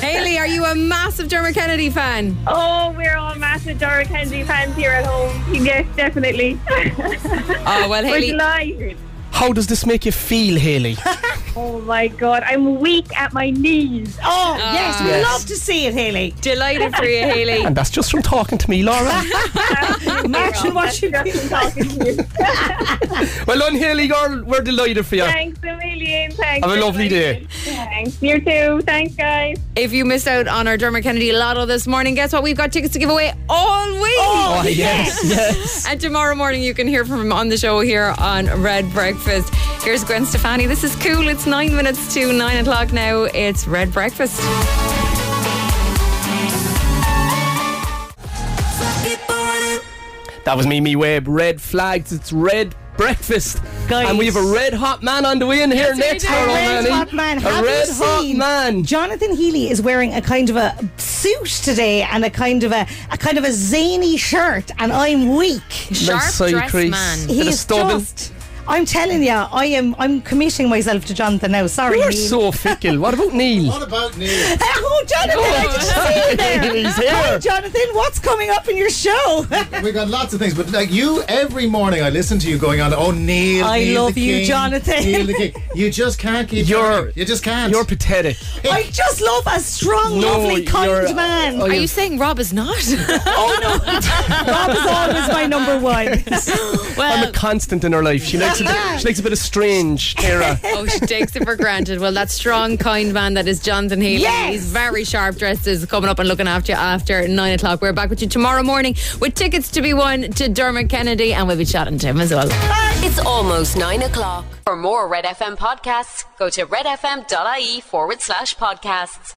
[SPEAKER 5] Haley, are you a massive Dermot Kennedy fan?
[SPEAKER 8] Oh, we're all massive Dora Kenzie fans here at home. Yes, definitely.
[SPEAKER 5] Oh well,
[SPEAKER 8] we're
[SPEAKER 5] Haley.
[SPEAKER 8] delighted.
[SPEAKER 3] How does this make you feel, Haley?
[SPEAKER 8] Oh my god, I'm weak at my knees.
[SPEAKER 4] Oh, yes. We
[SPEAKER 5] Uh,
[SPEAKER 3] Yes.
[SPEAKER 4] love to see it, Haley.
[SPEAKER 5] Delighted for you, Haley.
[SPEAKER 3] and that's just from talking to me, Laura.
[SPEAKER 4] Imagine what you
[SPEAKER 8] Just from talking to you.
[SPEAKER 3] well done, Haley, girl. We're delighted for you.
[SPEAKER 8] Thanks a million. Thanks.
[SPEAKER 3] Have a lovely day.
[SPEAKER 8] Thanks. You too. Thanks, guys.
[SPEAKER 5] If you missed out on our Dermot Kennedy lotto this morning, guess what? We've got tickets to give away all week.
[SPEAKER 3] Oh, yes, yes.
[SPEAKER 5] And tomorrow morning, you can hear from him on the show here on Red Breakfast. Here's Gwen Stefani. This is cool. It's nine minutes to nine o'clock now. It's Red Breakfast.
[SPEAKER 3] That was Mimi Webb. Red flags. It's red breakfast.
[SPEAKER 4] Guys.
[SPEAKER 3] And we have a red hot man on the way in here
[SPEAKER 5] Yes, we
[SPEAKER 3] next.
[SPEAKER 5] do.
[SPEAKER 3] hour,
[SPEAKER 5] A
[SPEAKER 4] red
[SPEAKER 3] Manny.
[SPEAKER 4] hot man. Have
[SPEAKER 3] a
[SPEAKER 4] you
[SPEAKER 3] red hot
[SPEAKER 4] seen
[SPEAKER 3] man.
[SPEAKER 4] Jonathan Healy is wearing a kind of a suit today and a kind of a, a kind of a zany shirt, and I'm weak.
[SPEAKER 5] Sharp
[SPEAKER 3] Nice side
[SPEAKER 5] dress
[SPEAKER 3] crease.
[SPEAKER 5] man.
[SPEAKER 3] Bit of
[SPEAKER 4] He's
[SPEAKER 3] stubble.
[SPEAKER 4] just. I'm telling you, I am. I'm committing myself to Jonathan now. Sorry,
[SPEAKER 3] You're
[SPEAKER 4] Neil.
[SPEAKER 3] so fickle. What about Neil?
[SPEAKER 11] What about Neil?
[SPEAKER 4] Oh, Jonathan! I just see you there.
[SPEAKER 3] He's here.
[SPEAKER 4] Jonathan, what's coming up in your show?
[SPEAKER 11] We got lots of things, but like you, every morning I listen to you going on. Oh, Neil!
[SPEAKER 4] I
[SPEAKER 11] Neil
[SPEAKER 4] love
[SPEAKER 11] the
[SPEAKER 4] you,
[SPEAKER 11] King,
[SPEAKER 4] Jonathan."
[SPEAKER 11] Neil the King. You just can't keep.
[SPEAKER 3] You're-
[SPEAKER 11] track of it. You just can't.
[SPEAKER 3] You're pathetic.
[SPEAKER 4] I just love a strong,
[SPEAKER 3] No,
[SPEAKER 4] lovely,
[SPEAKER 3] you're-
[SPEAKER 4] kind man.
[SPEAKER 3] oh,
[SPEAKER 5] Are
[SPEAKER 3] yeah.
[SPEAKER 5] you saying Rob is not?
[SPEAKER 4] Oh no, Rob is always my number one.
[SPEAKER 3] I'm a constant in her life. She likes a bit, she likes a bit of strange terror.
[SPEAKER 5] Oh, she takes it for granted. Well, that strong, kind man that is Jonathan Healy.
[SPEAKER 4] Yes!
[SPEAKER 5] He's very sharp dressed, is coming up and looking after you after nine o'clock. We're back with you tomorrow morning with tickets to be won to Dermot Kennedy, and we'll be chatting to him as well.
[SPEAKER 1] It's almost nine o'clock. For more Red FM podcasts, go to redfm.ie forward slash podcasts.